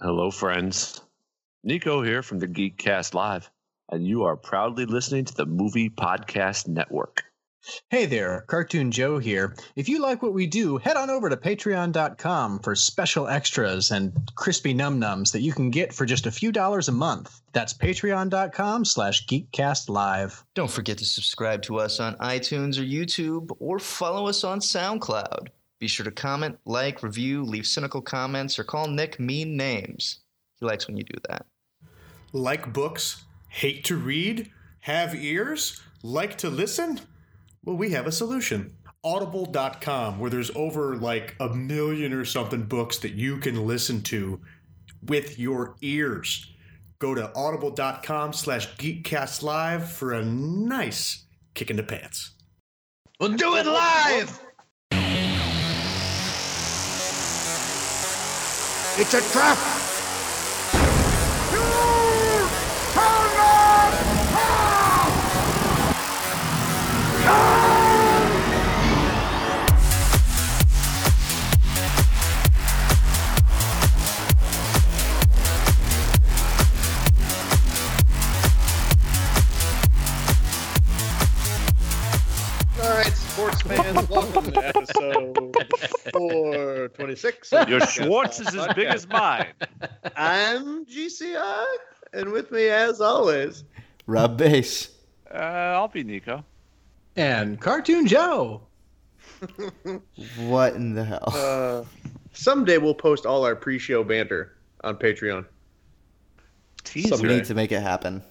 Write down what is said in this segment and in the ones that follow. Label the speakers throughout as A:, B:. A: Hello, friends. Nico here from the Geekcast Live, and you are proudly listening to the Movie Podcast Network.
B: Hey there, Cartoon Joe here. If you like what we do, head on over to patreon.com for special extras and crispy num nums that you can get for just a few dollars a month. That's patreon.com slash geekcastlive.
C: Don't forget to subscribe to us on iTunes or YouTube or follow us on SoundCloud. Be sure to comment, like, review, leave cynical comments, or call Nick mean names. He likes when you do that.
D: like books, hate to read, have ears, like to listen? Well, we have a solution. Audible.com, where there's over like a million or something books that you can listen to with your ears. Go to audible.com slash geekcast live for a nice kick in the pants.
E: We'll do it live. It's a trap.
F: All right, sports fans, welcome to episode 426.
A: Your Schwartz is as big as mine.
F: I'm GCI, and with me, as always,
G: Rob Bass.
A: Uh, I'll be Nico.
B: And Cartoon Joe.
G: What in the hell?
F: uh, someday we'll post all our pre-show banter on Patreon
G: we
A: Teaser.
G: need to make it happen.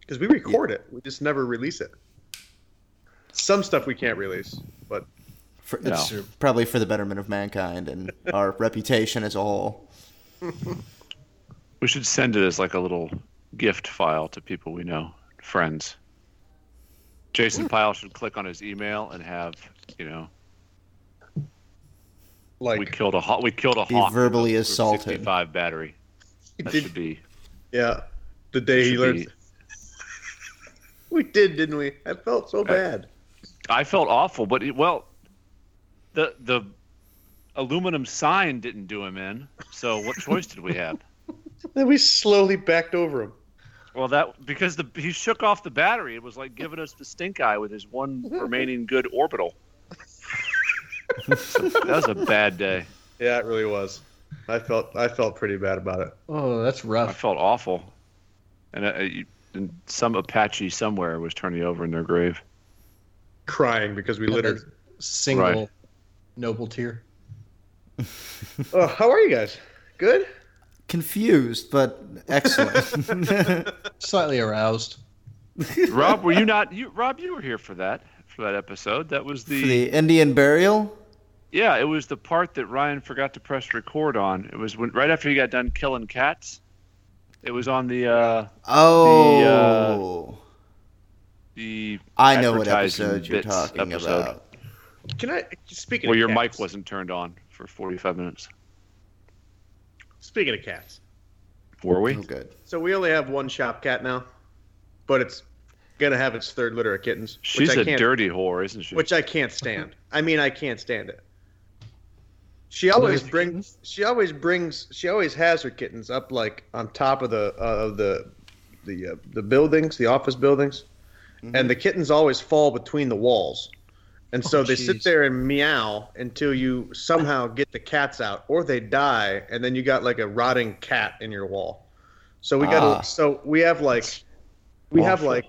F: because we record it. We just never release it. Some stuff we can't release, but
G: For,
A: No.
G: It's probably for the betterment of mankind and our reputation as a whole.
A: We should send it as like a little gift file to people we know, friends. Jason Pyle should click on his email and have, you know,
F: like
A: we killed a hawk. We killed a
G: Be
A: hawk.
G: verbally
A: with a
G: assaulted.
A: 65 battery.
F: we
A: That
F: did-
A: should be.
F: yeah, the day he
A: should
F: learns.
A: be-
F: We did, didn't we? I felt
A: Uh,
F: so bad.
A: I felt awful, but it, well, the the aluminum sign didn't do him in. So what choice did we have?
F: Then we slowly backed over him.
A: Well, that because the he shook off the battery. It was like giving us the stink eye with his one remaining good orbital. that was a bad day.
F: Yeah, it really was. I felt I felt pretty bad about it.
B: Oh, that's
A: I
B: rough.
A: felt awful, and, uh, you, and some Apache somewhere was turning over in their grave.
F: Crying because we littered.
B: Single
A: Right.
B: noble tier.
F: Oh, how are you guys? Good.
G: Confused, but excellent.
B: Slightly aroused.
A: Rob, were you not? You Rob, you were here for that for that episode. That was
G: For the Indian burial?
A: Yeah, it was the part that Ryan forgot to press record on. It was when right after he got done killing cats. It was on the uh
G: Oh.
A: the
F: Oh.
G: I know what
A: advertising
G: episode you're
A: bits
G: talking
A: episode.
G: about.
F: Can I speaking?
A: well
F: of
A: your mic
F: cats,
A: wasn't turned on for 45 minutes.
F: Speaking of cats,
A: Were we?
G: Oh, good.
F: so we only have one shop cat now, but it's gonna have its third litter of kittens,
A: She's
F: which I
A: a
F: can't,
A: dirty whore, isn't she?
F: which I can't stand. I mean, I can't stand it. She always brings. She always brings. She always has her kittens up like on top of the uh, of the the uh, the buildings, the office buildings, and the kittens always fall between the walls, and so
B: Oh,
F: they
B: jeez.
F: sit there and meow until you somehow get the cats out, or they die, and then you got like a rotting cat in your wall. So we got.
G: Ah.
F: to So we have like, we have
A: Awful.
F: like,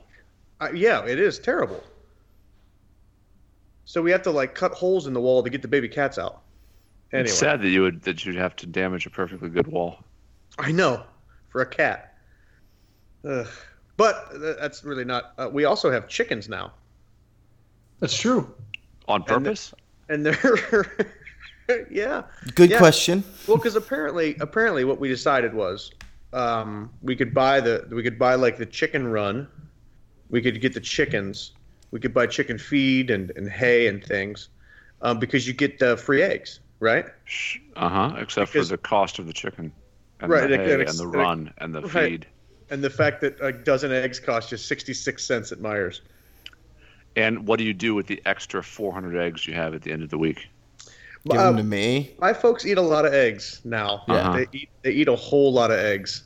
F: uh, yeah, it is terrible. So we have to like cut holes in the wall to get the baby cats out. Anyway,
A: It's sad that you would that you'd have to damage a perfectly good wall.
F: I know for a cat. Ugh. But th- that's really not. Uh, we also have chickens now,
B: That's true.
A: On
F: And the-
A: purpose?
F: and they're yeah.
G: Good
F: Yeah.
G: question.
F: Well, because apparently, apparently, what we decided was um, we could buy the we could buy like the chicken run. We could get the chickens. We could buy chicken feed and, and hay and things, um, because you get the free eggs, right?
A: Sh Uh-huh, except
F: Because-
A: for the cost of the chicken and
F: Right,
A: the
F: and-
A: hay and,
F: and ex-
A: the
F: and-
A: run and the
F: Right.
A: feed.
F: And the fact that a dozen eggs cost you sixty six cents at Myers.
A: And what do you do with the extra 400 eggs you have at the end of the week?
G: Give
F: Uh,
G: them to me.
F: My folks eat a lot of eggs now. Yeah,
A: Uh-huh.
F: they eat they eat a whole lot of eggs.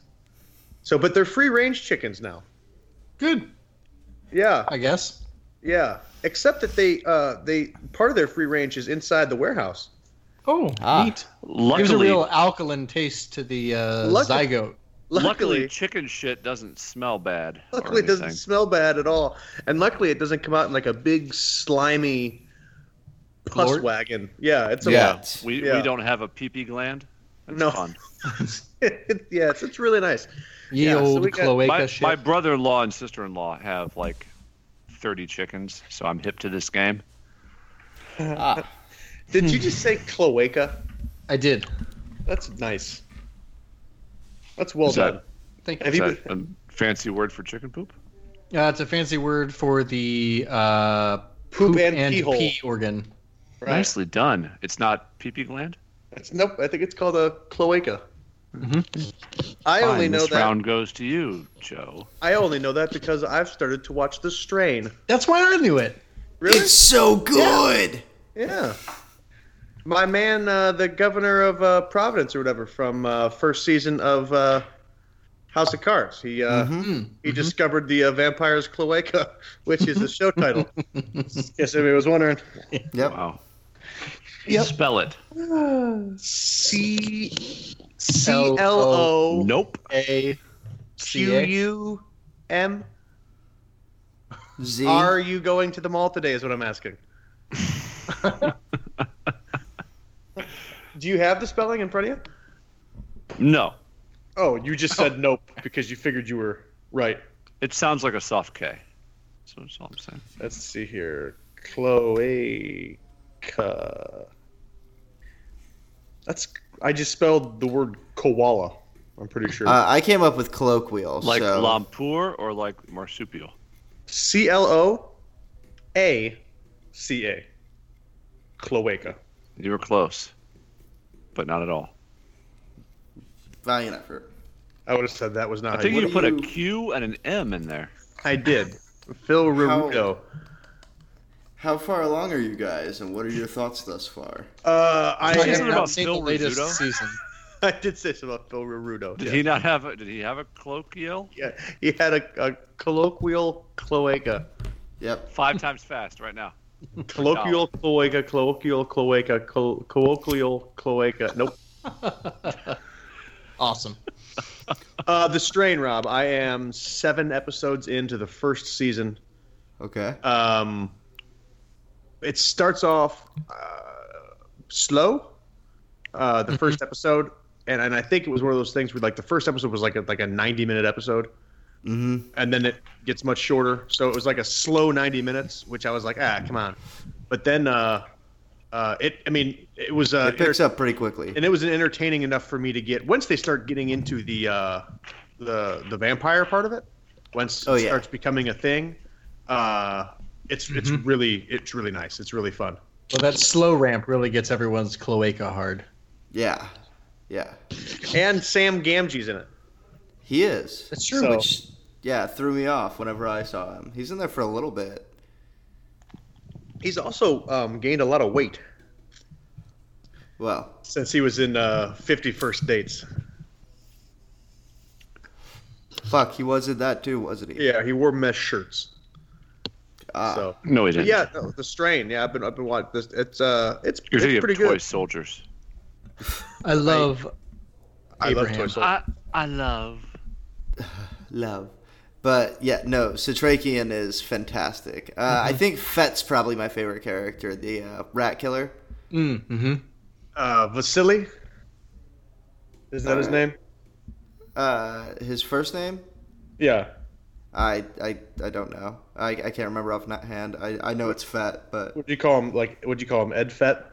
F: So, but they're free range chickens now.
B: Good,
F: Yeah,
B: I guess.
F: yeah. Except that they uh they part of their free range is inside the warehouse.
B: Oh,
G: Ah.
B: neat. Gives a
A: Luckily,
B: real alkaline taste to the uh,
F: Luck-
B: zygote.
A: luckily, chicken shit doesn't smell bad. or
F: Luckily, it doesn't
A: anything.
F: smell bad at all, and luckily, it doesn't come out in like a big slimy pus
B: Glort?
F: wagon. Yeah, it's a
G: Yeah.
A: We
F: Yeah.
A: we don't have a pee pee gland. That's
F: No.
A: fun.
F: yeah, it's, it's really nice.
B: Ye
F: Yeah, so
B: old
F: we got-
B: cloaca
A: My,
B: shit.
A: my brother in law and sister in law have like thirty chickens, so I'm hip to this game.
G: Ah,
F: Did you just say cloaca?
B: I did.
F: That's nice. That's well
A: Is that-
F: done.
B: Thank you.
F: Have
A: Is
F: you
A: that a fancy word for chicken poop?
B: Uh, it's a fancy word for the uh, poop,
F: and
B: and,
F: pee hole.
B: pee organ.
F: been right?
A: Nicely done. It's not pee pee gland.
F: That's, nope, I think it's called a cloaca.
B: Mhm.
F: I only
A: Fine,
F: know
A: this
F: that.
A: round goes to you, Joe.
F: I only know that because I've started to watch The Strain.
B: That's why I knew it.
F: Really?
G: It's so good.
F: Yeah. My man, uh, the governor of uh, Providence or whatever, from uh, first season of uh, House of Cards, he uh,
B: Mm-hmm,
A: Hmm.
B: Mm.
F: he discovered the uh, vampire's cloaca, which is the show title. yes, anybody was wondering.
G: Yep.
A: Wow.
B: Yep.
A: Spell it.
F: C C L O
A: Nope.
B: A
F: Q
B: C A.
F: U M.
G: Z.
F: Are you going to the mall today? Is what I'm asking. Do you have the spelling in front of you?
A: No.
F: Oh, you just said nope because you figured you were right.
A: It sounds like a soft K. So that's all I'm saying.
F: Let's see here. Cloaca. That's. I just spelled the word koala. I'm pretty sure.
G: Uh, I came up with colloquial.
A: Like
G: so
A: Lampur or like marsupial?
F: C L O A C A. Cloaca.
A: You were close, but not at all.
G: valiant effort.
F: I would have said that was not.
A: I
F: how
A: think
F: you-
A: you
G: do
A: put
G: you-
A: a Q and an M in there.
F: I did. Phil Rudo.
G: How far along are you guys, and what are your thoughts thus far?
F: Uh,
B: I
A: Isn't
B: have
A: it
F: I,
A: about
B: not seen the
A: Phil
B: latest
A: Rizzuto?
B: season.
F: I did say something about Phil Rudo.
A: Did he not have? A, did he have a colloquial?
F: Yeah, he had a, a colloquial cloaca.
G: Yep.
A: Five times fast right now.
F: Colloquial cloaca, colloquial cloaca, col- colloquial cloaca. Nope.
B: Awesome.
F: Uh, the strain, Rob. I am seven episodes into the first season.
G: Okay.
F: Um, it starts off uh, slow, uh, the first episode, and, and I think it was one of those things where like the first episode was like a, like a ninety minute episode,
G: hmm
F: and then it gets much shorter. So it was like a slow 90 minutes, which I was like, ah, come on. But then, uh, uh, it, I mean, it was, uh,
G: It picks up pretty quickly.
F: and it was entertaining enough for me to get, once they start getting into the, uh, the, the vampire part of it, once
G: Oh,
F: it
G: yeah.
F: starts becoming a thing, uh, it's, it's really, it's really nice. It's really fun.
B: Well, that slow ramp really gets everyone's cloaca hard.
G: Yeah. Yeah.
F: And Sam Gamgee's in it.
G: He is.
B: That's true.
F: So-
G: Which, yeah, threw me off whenever I saw him. He's in there for a little bit.
F: He's also, um, gained a lot of weight
G: Well,
F: since he was in, uh, 51st Dates.
G: fuck, he was in that too, wasn't he?
F: Yeah. He wore mesh shirts.
G: Ah,
F: So.
A: No, he
F: But
A: didn't.
F: yeah, no, the strain. Yeah, I've been I've been watching this. It's uh, it's,
A: You're
F: it's
A: thinking
F: pretty
A: of toy
F: good.
A: soldiers.
B: I love
F: I love
B: Abraham.
F: toy soldiers.
A: I love.
G: love. But yeah, no, Satrakian is fantastic. Uh, I think Fett's probably my favorite character, the uh, rat killer.
B: Mm, hmm
F: Uh, Vasily. Is that his name?
G: Uh, his first name?
F: Yeah.
G: I, I, I don't know. I, I can't remember off hand. I, I know it's Fett, but
F: What do you call him? Like, what do you call him? Ed Fett.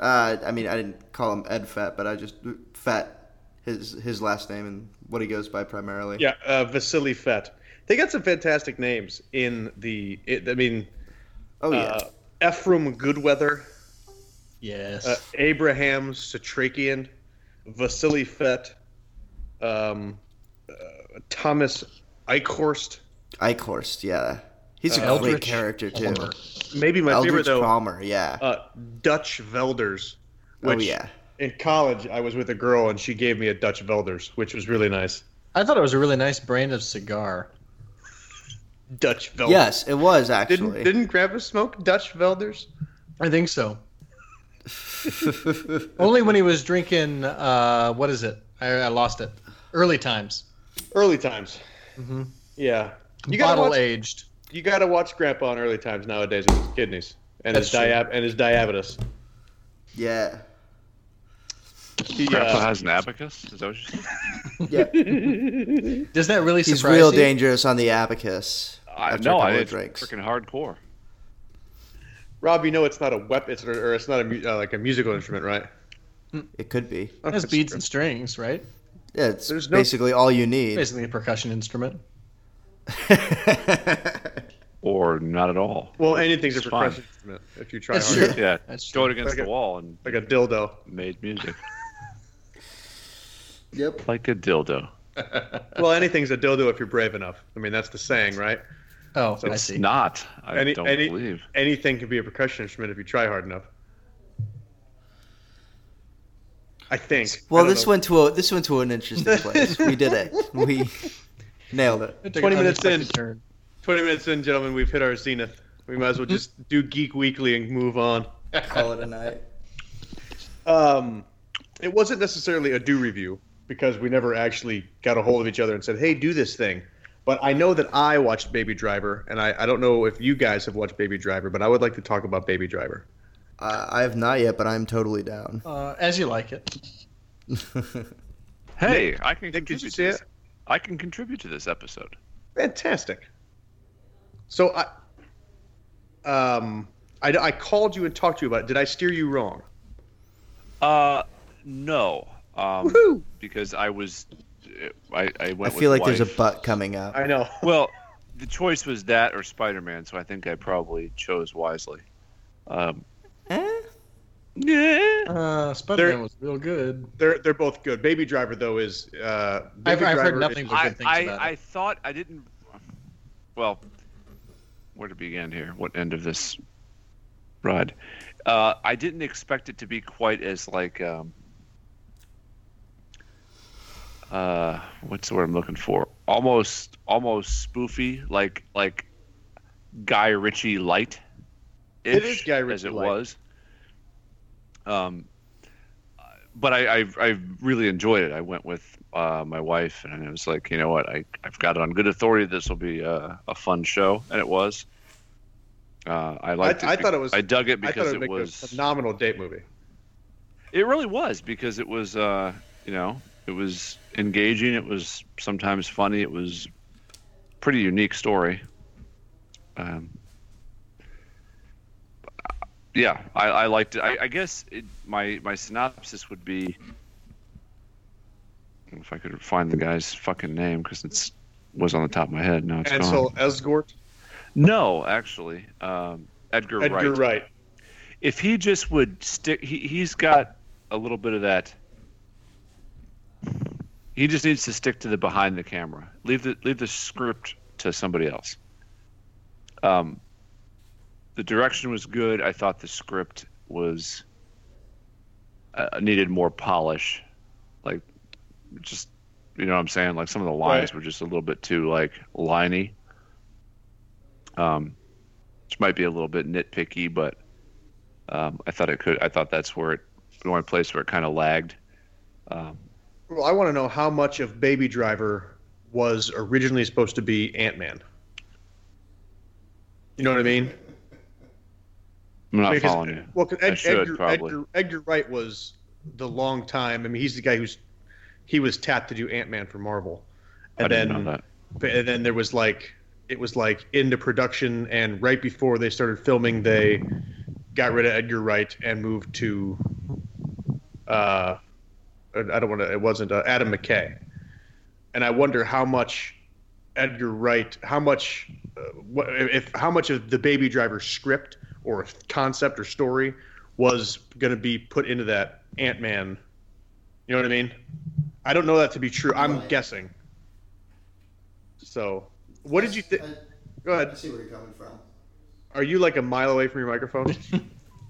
G: uh, I mean, I didn't call him Ed Fett, but I just Fett, his his last name and what he goes by primarily.
F: Yeah, uh, Vasily Fett. They got some fantastic names in the. It, I mean,
G: Oh yeah.
F: uh, Ephraim Goodweather,
B: Yes.
F: uh, Abraham Satrakian, Vasily Fett, um, uh, Thomas Eichhorst.
G: Eichhorst, yeah. He's a
F: Uh,
G: great
F: Eldritch
G: character too.
F: Palmer. Maybe my favorite
G: Eldritch
F: though.
G: Palmer, yeah.
F: Uh, Dutch Velders.
G: Oh,
F: Which
G: yeah.
F: In college, I was with a girl and she gave me a Dutch Velders, which was really nice.
B: I thought it was a really nice brand of cigar.
F: Dutch Velders.
G: yes, it was actually.
F: Didn't didn't Grandpa smoke Dutch Velders?
B: I think so. Only when he was drinking, uh, what is it? I, I lost it. Early times.
F: Early times.
B: Mm-hmm.
F: Yeah. You gotta
B: Bottle
F: watch,
B: aged.
F: you gotta watch Grandpa in early times nowadays with his kidneys and his
B: That's true.
F: diab- and his diabetes.
G: Yeah.
F: He,
A: Grandpa
F: uh,
A: has an abacus. Is that what you said?
G: Yeah.
B: Does that really
G: He's
B: surprise
G: real
B: you?
G: dangerous on the abacus.
A: I
G: after a
A: no, I
G: couple
A: did
G: of drinks.
A: freaking hardcore.
F: Rob, you know it's not a weapon, it's, or, or it's not a mu- uh, like a musical instrument, right?
G: It could be.
B: It has beads and strings, right?
G: Yeah, it's
F: There's no-
G: basically all you need.
B: Basically a percussion instrument.
A: Or not at all.
F: Well, anything's a
A: It's fine.
F: percussion instrument if you try
B: That's
F: hard.
B: true.
A: Yeah,
B: That's
A: throw
B: true.
A: it against
F: Like a-
A: the wall and
F: Like a dildo.
A: made music
G: yep.
A: like a dildo.
F: Well, anything's a dildo if you're brave enough. I mean, that's the saying, right?
B: Oh, I
A: it's
B: see.
A: not. I
F: Any-
A: don't
F: any-
A: believe.
F: Anything can be a percussion instrument if you try hard enough. I think.
G: Well,
F: I don't
G: this
F: know.
G: went to a this went to an interesting place. we did it. We nailed it.
B: It took
F: 20
B: an
F: minutes in.
B: unexpected turn.
F: Twenty minutes in, gentlemen, we've hit our zenith. We might as well just do Geek Weekly and move on.
G: Call it a night.
F: Um, it wasn't necessarily a do review because we never actually got a hold of each other and said, "Hey, do this thing." But I know that I watched Baby Driver, and I, I don't know if you guys have watched Baby Driver, but I would like to talk about Baby Driver.
G: Uh, I have not yet, but I'm totally down.
B: Uh, as you like it.
A: Hey, I can contribute
F: Nick, did you
A: to
F: see
A: this.
F: it?
A: I can contribute to this episode.
F: Fantastic. So I, um, I, I called you and talked to you about it. Did I steer you wrong?
A: Uh, no. Um, because I was, I, I
G: I
A: went.
G: feel
A: with
G: like there's a
A: wife.
G: butt coming up.
F: I know.
A: Well, the choice was that or Spider Man, so I think I probably chose wisely. Um,
G: Eh?
A: yeah.
B: Uh, Spider
F: There-
B: Man was real good.
F: They're they're both good. Baby Driver though is. Uh,
B: I've,
F: Baby
B: I've heard
F: Driver
B: nothing
F: is-
B: but
A: I,
B: good things
A: I,
B: about
A: I
B: it.
A: thought I didn't. Well, where to begin here? What end of this ride? Uh, I didn't expect it to be quite as like. Um, uh, what's the word I'm looking for? Almost, almost spoofy, like like Guy Ritchie light.
F: It is Guy
A: as
F: Ritchie
A: it
F: light.
A: was. Um, but I, I I really enjoyed it. I went with uh, my wife, and it was like, you know what, I I've got it on good authority. This will be a, a fun show, and it was. Uh, I liked
F: I
A: it. be-
F: thought it was-
A: I dug it
F: I thought
A: because
F: would
A: it
F: make a
A: was.
F: phenomenal date movie.
A: It really was because it was. Uh, you know, it was engaging. It was sometimes funny. It was pretty unique story. Um, yeah, I, I liked it. I, I guess it, my my synopsis would be if I could find the guy's fucking name because it's was on the top of my head. Now it's
F: Ansel
A: gone.
F: Esgort,
A: No, actually, um, Edgar,
F: Edgar
A: Wright.
F: Wright.
A: If he just would stick, he he's got a little bit of that. He just needs to stick to the behind the camera. Leave the leave the script to somebody else. Um, the direction was good. I thought the script was uh, needed more polish. Like, just you know what I'm saying. Like some of the lines
F: Right.
A: were just a little bit too like liney. Um, which might be a little bit nitpicky, but um, I thought it could. I thought that's where it the one place where it kind of lagged. Um,
F: Well, I want to know how much of Baby Driver was originally supposed to be Ant Man. You know what I mean?
A: I'm not
F: Because-
A: following you.
F: Well, 'cause
A: I
F: Ed,
A: should,
F: Edgar,
A: probably.
F: Edgar, Edgar Wright was the long time. I mean, he's the guy who's he was tapped to do Ant Man for Marvel,
A: I
F: and
A: didn't
F: then
A: know that.
F: but- and then there was like it was like into production, and right before they started filming, they got rid of Edgar Wright and moved to uh, I don't want to. It wasn't uh, Adam McKay, and I wonder how much Edgar Wright, how much, uh, what, if how much of the Baby Driver script or concept or story was going to be put into that Ant Man. You know what I mean? I don't know that to be true. I'm guessing. So, what did you think? Go
G: I
F: ahead.
G: see where you're coming from.
F: Are you like a mile away from your microphone?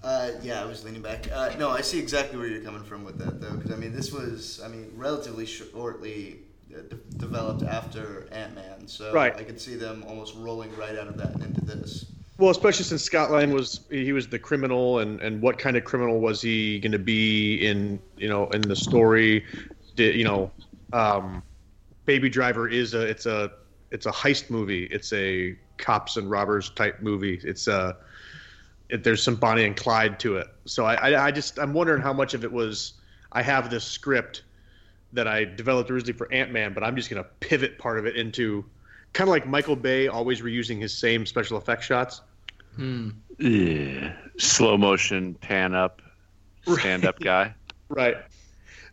G: Uh, yeah, I was leaning back. Uh, no, I see exactly where you're coming from with that, though, because I mean, this was, I mean, relatively shortly uh, de- developed after Ant Man, so
F: Right.
G: I could see them almost rolling right out of that and into this.
F: Well, especially since Scott Lang was he was the criminal, and and what kind of criminal was he going to be in you know in the story? Did, you know, um, Baby Driver is a it's a it's a heist movie. It's a cops and robbers type movie. It's a it, there's some Bonnie and Clyde to it. So I, I I just I'm wondering how much of it was I have this script that I developed originally for Ant Man, but I'm just going to pivot part of it into kind of like Michael Bay always reusing his same special effect shots.
B: Hmm.
A: Yeah. Slow motion, pan up, stand up guy.
F: Right.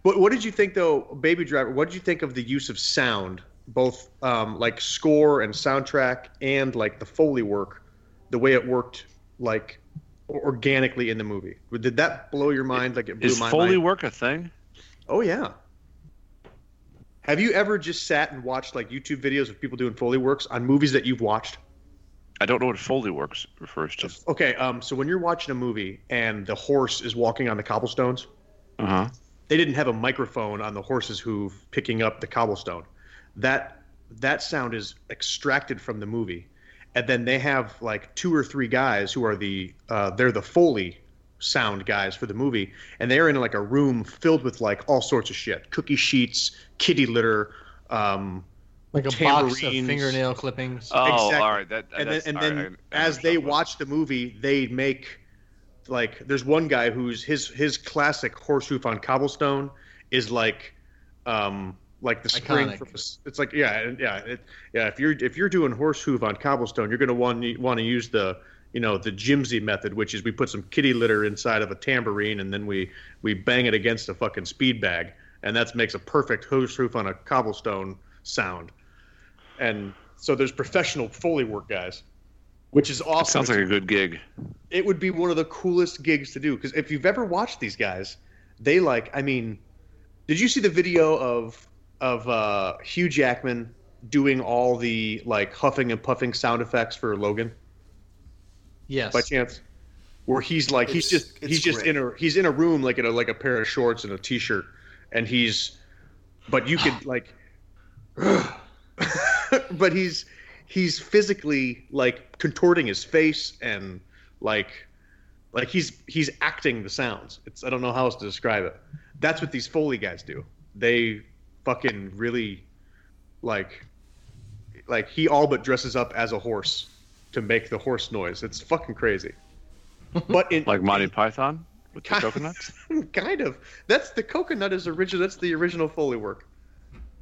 F: But what did you think though, Baby Driver? What did you think of the use of sound, both um, like score and soundtrack, and like the foley work, the way it worked, like o- organically in the movie? Did that blow your mind? Like it blew
A: Is
F: my
A: Foley
F: mind.
A: work a thing?
F: Oh yeah. Have you ever just sat and watched like YouTube videos of people doing foley works on movies that you've watched?
A: I don't know what Foley works refers to.
F: Okay, um, so when you're watching a movie and the horse is walking on the cobblestones,
A: Uh huh.
F: they didn't have a microphone on the horse's hoof picking up the cobblestone. That that sound is extracted from the movie, and then they have like two or three guys who are the uh, they're the foley sound guys for the movie, and they're in like a room filled with like all sorts of shit: cookie sheets, kitty litter, um,
B: Like a box of
F: Tambourines. Uh,
B: fingernail clippings.
A: Oh,
F: Exactly.
A: all right. That,
F: and then,
A: that's-
F: and
A: all right,
F: then
A: I- I
F: as
A: understand
F: they
A: what-
F: watch the movie, they make like there's one guy who's his his classic horse hoof on cobblestone is like um like the spring
B: Iconic.
F: from a s- it's like yeah and- yeah it, yeah if you're if you're doing horse hoof on cobblestone you're going to want want to use the you know the Jimsy method which is we put some kitty litter inside of a tambourine and then we we bang it against a fucking speed bag and that makes a perfect horse hoof on a cobblestone sound and so there's professional foley work guys which is awesome
A: Sounds like a good gig.
F: it would be one of the coolest gigs to do because if you've ever watched these guys they like i mean did you see the video of of uh hugh jackman doing all the like huffing and puffing sound effects for logan
B: yes.
F: by chance where he's like he's
G: It's-
F: just
G: it's
F: he's just
G: great.
F: in a he's in a room like in a like a pair of shorts and a t-shirt and he's but you could like but he's he's physically like contorting his face and like like he's he's acting the sounds it's i don't know how else to describe it that's what these foley guys do they fucking really like like he all but dresses up as a horse to make the horse noise it's fucking crazy but in
A: Like Monty Python with the
F: Kind-
A: coconuts.
F: kind of that's the coconut is original that's the original foley work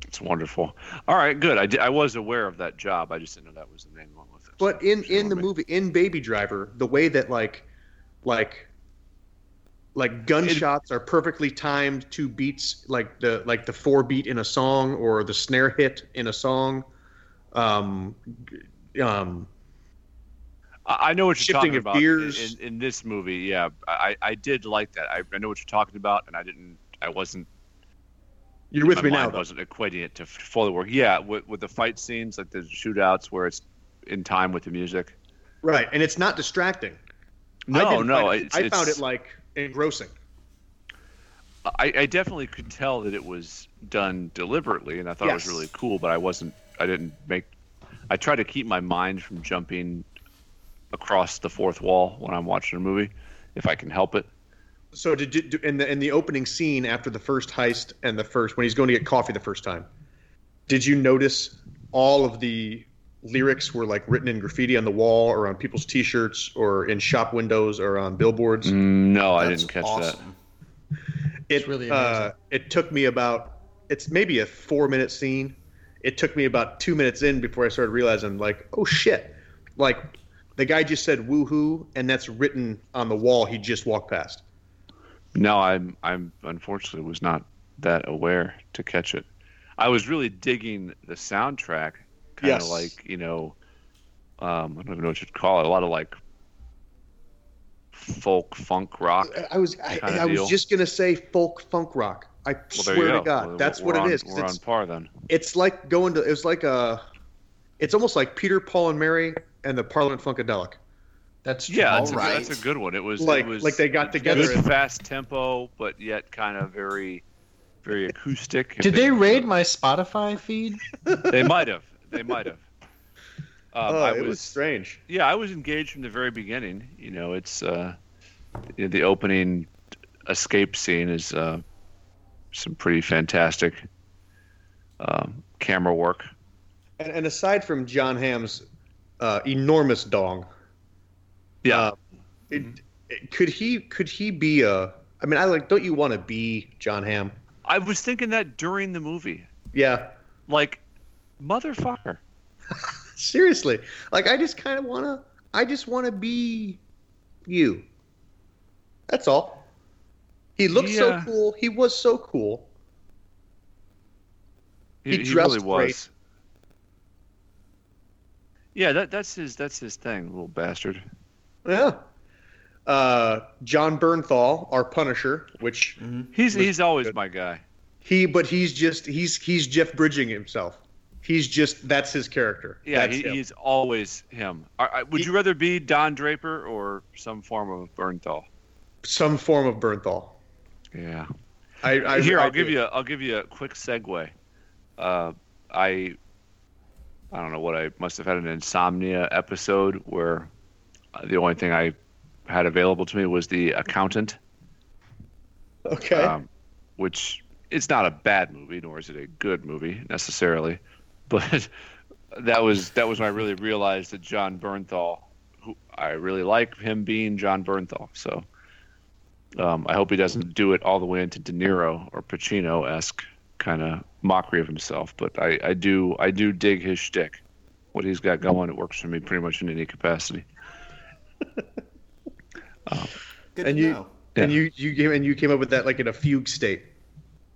A: It's wonderful. All right, good. I, did, I was aware of that job. I just didn't know that was the name one with it.
F: But in
A: Shame
F: in
A: on
F: the
A: me.
F: movie in Baby Driver, the way that like like like gunshots are perfectly timed to beats like the like the four beat in a song or the snare hit in a song um um
A: I I know what you're
F: Shifting
A: talking
F: of
A: about
F: gears.
A: In, in this movie. Yeah, I, I did like that. I, I know what you're talking about, and I didn't. I wasn't.
F: you're with
A: my
F: me now
A: mind
F: though.
A: wasn't equating it to f- Foley work. Yeah, with, with the fight scenes, like the shootouts, where it's in time with the music.
F: right and it's not distracting I
A: No,
F: didn't
A: no,
F: find it-
A: it's-
F: I found
A: it's-
F: it like engrossing
A: I, I definitely could tell that it was done deliberately, and I thought it was
F: Yes.
A: really cool. But I wasn't. I didn't make. I try to keep my mind from jumping across the fourth wall when I'm watching a movie, if I can help it.
F: so did you do in the in the opening scene after the first heist and the first when he's going to get coffee the first time did you notice all of the lyrics were like written in graffiti on the wall or on people's t-shirts or in shop windows or on billboards
A: Mm. No, I didn't catch that.
F: it
B: really
F: uh, it took me about it's maybe a four minute scene. It took me about two minutes in before I started realizing like, oh shit, like the guy just said woohoo, and that's written on the wall he just walked past.
A: No, I'm I'm unfortunately was not that aware to catch it. I was really digging the soundtrack, kind of
F: Yes.
A: like you know, um, I don't even know what you'd call it. A lot of like folk, funk, rock.
F: I- I was I,
A: Kinda
F: I
A: deal.
F: was just gonna say folk funk rock. I
A: Well, there you
F: swear to
A: go.
F: God,
A: Well,
F: that's
A: we're
F: what
A: on,
F: it is. 'cause
A: We're on
F: It's
A: par then.
F: it's like going to it was like a, it's almost like Peter, Paul, and Mary and the Parliament Funkadelic.
B: That's true.
A: Yeah, that's,
G: Alright.
A: a, that's a good one. It was
F: Like-
A: it was
F: like they got
A: good,
F: together and-
A: fast tempo, but yet kind of very, very acoustic. If
B: Did they raid my Spotify feed?
A: They might have. They might have. Um,
F: oh,
A: I
F: it was
A: was
F: strange.
A: yeah, I was engaged from the very beginning. You know, it's uh, you know, the opening escape scene is uh, some pretty fantastic um, camera work.
F: And, and aside from John Hamm's uh, enormous dong,
A: Yeah,
F: Uh, it, it- could he could he be a? I mean, I like. Don't you want to be John Hamm?
A: I was thinking that during the movie,
F: Yeah,
A: like motherfucker.
F: seriously. Like, I just kind of wanna. I just want to be you. That's all. He looked
A: Yeah.
F: so cool. He was so cool.
A: He,
F: He
A: he
F: dressed
A: really was.
F: great.
A: Yeah, that that's his that's his thing, little bastard.
F: Mm-hmm. Yeah. Uh, John Bernthal, our Punisher, which
A: He's he's always my guy.
F: he, but he's just he's he's Jeff Bridging himself. He's just that's his character.
A: Yeah,
F: That's
A: he,
F: him.
A: he's always him. All right, would
F: He-
A: you rather be Don Draper or some form of Bernthal?
F: some form of Bernthal.
A: Yeah.
F: I, I
A: Here,
F: I
A: I'll give
F: do.
A: you. A, I'll give you a quick segue. Uh, I, I don't know what I must have had an insomnia episode where uh, the only thing I had available to me was the accountant,
F: Okay.
A: um, which it's not a bad movie, nor is it a good movie necessarily, but that was that was when I really realized that John Bernthal, who I really like him being John Bernthal, so. Um, I hope he doesn't do it all the way into De Niro or Pacino esque kind of mockery of himself. But I, I do I do dig his shtick. What he's got going, it works for me pretty much in any capacity.
G: Good to
F: And you-
G: know.
F: And you you came and you came up with that like in a fugue state.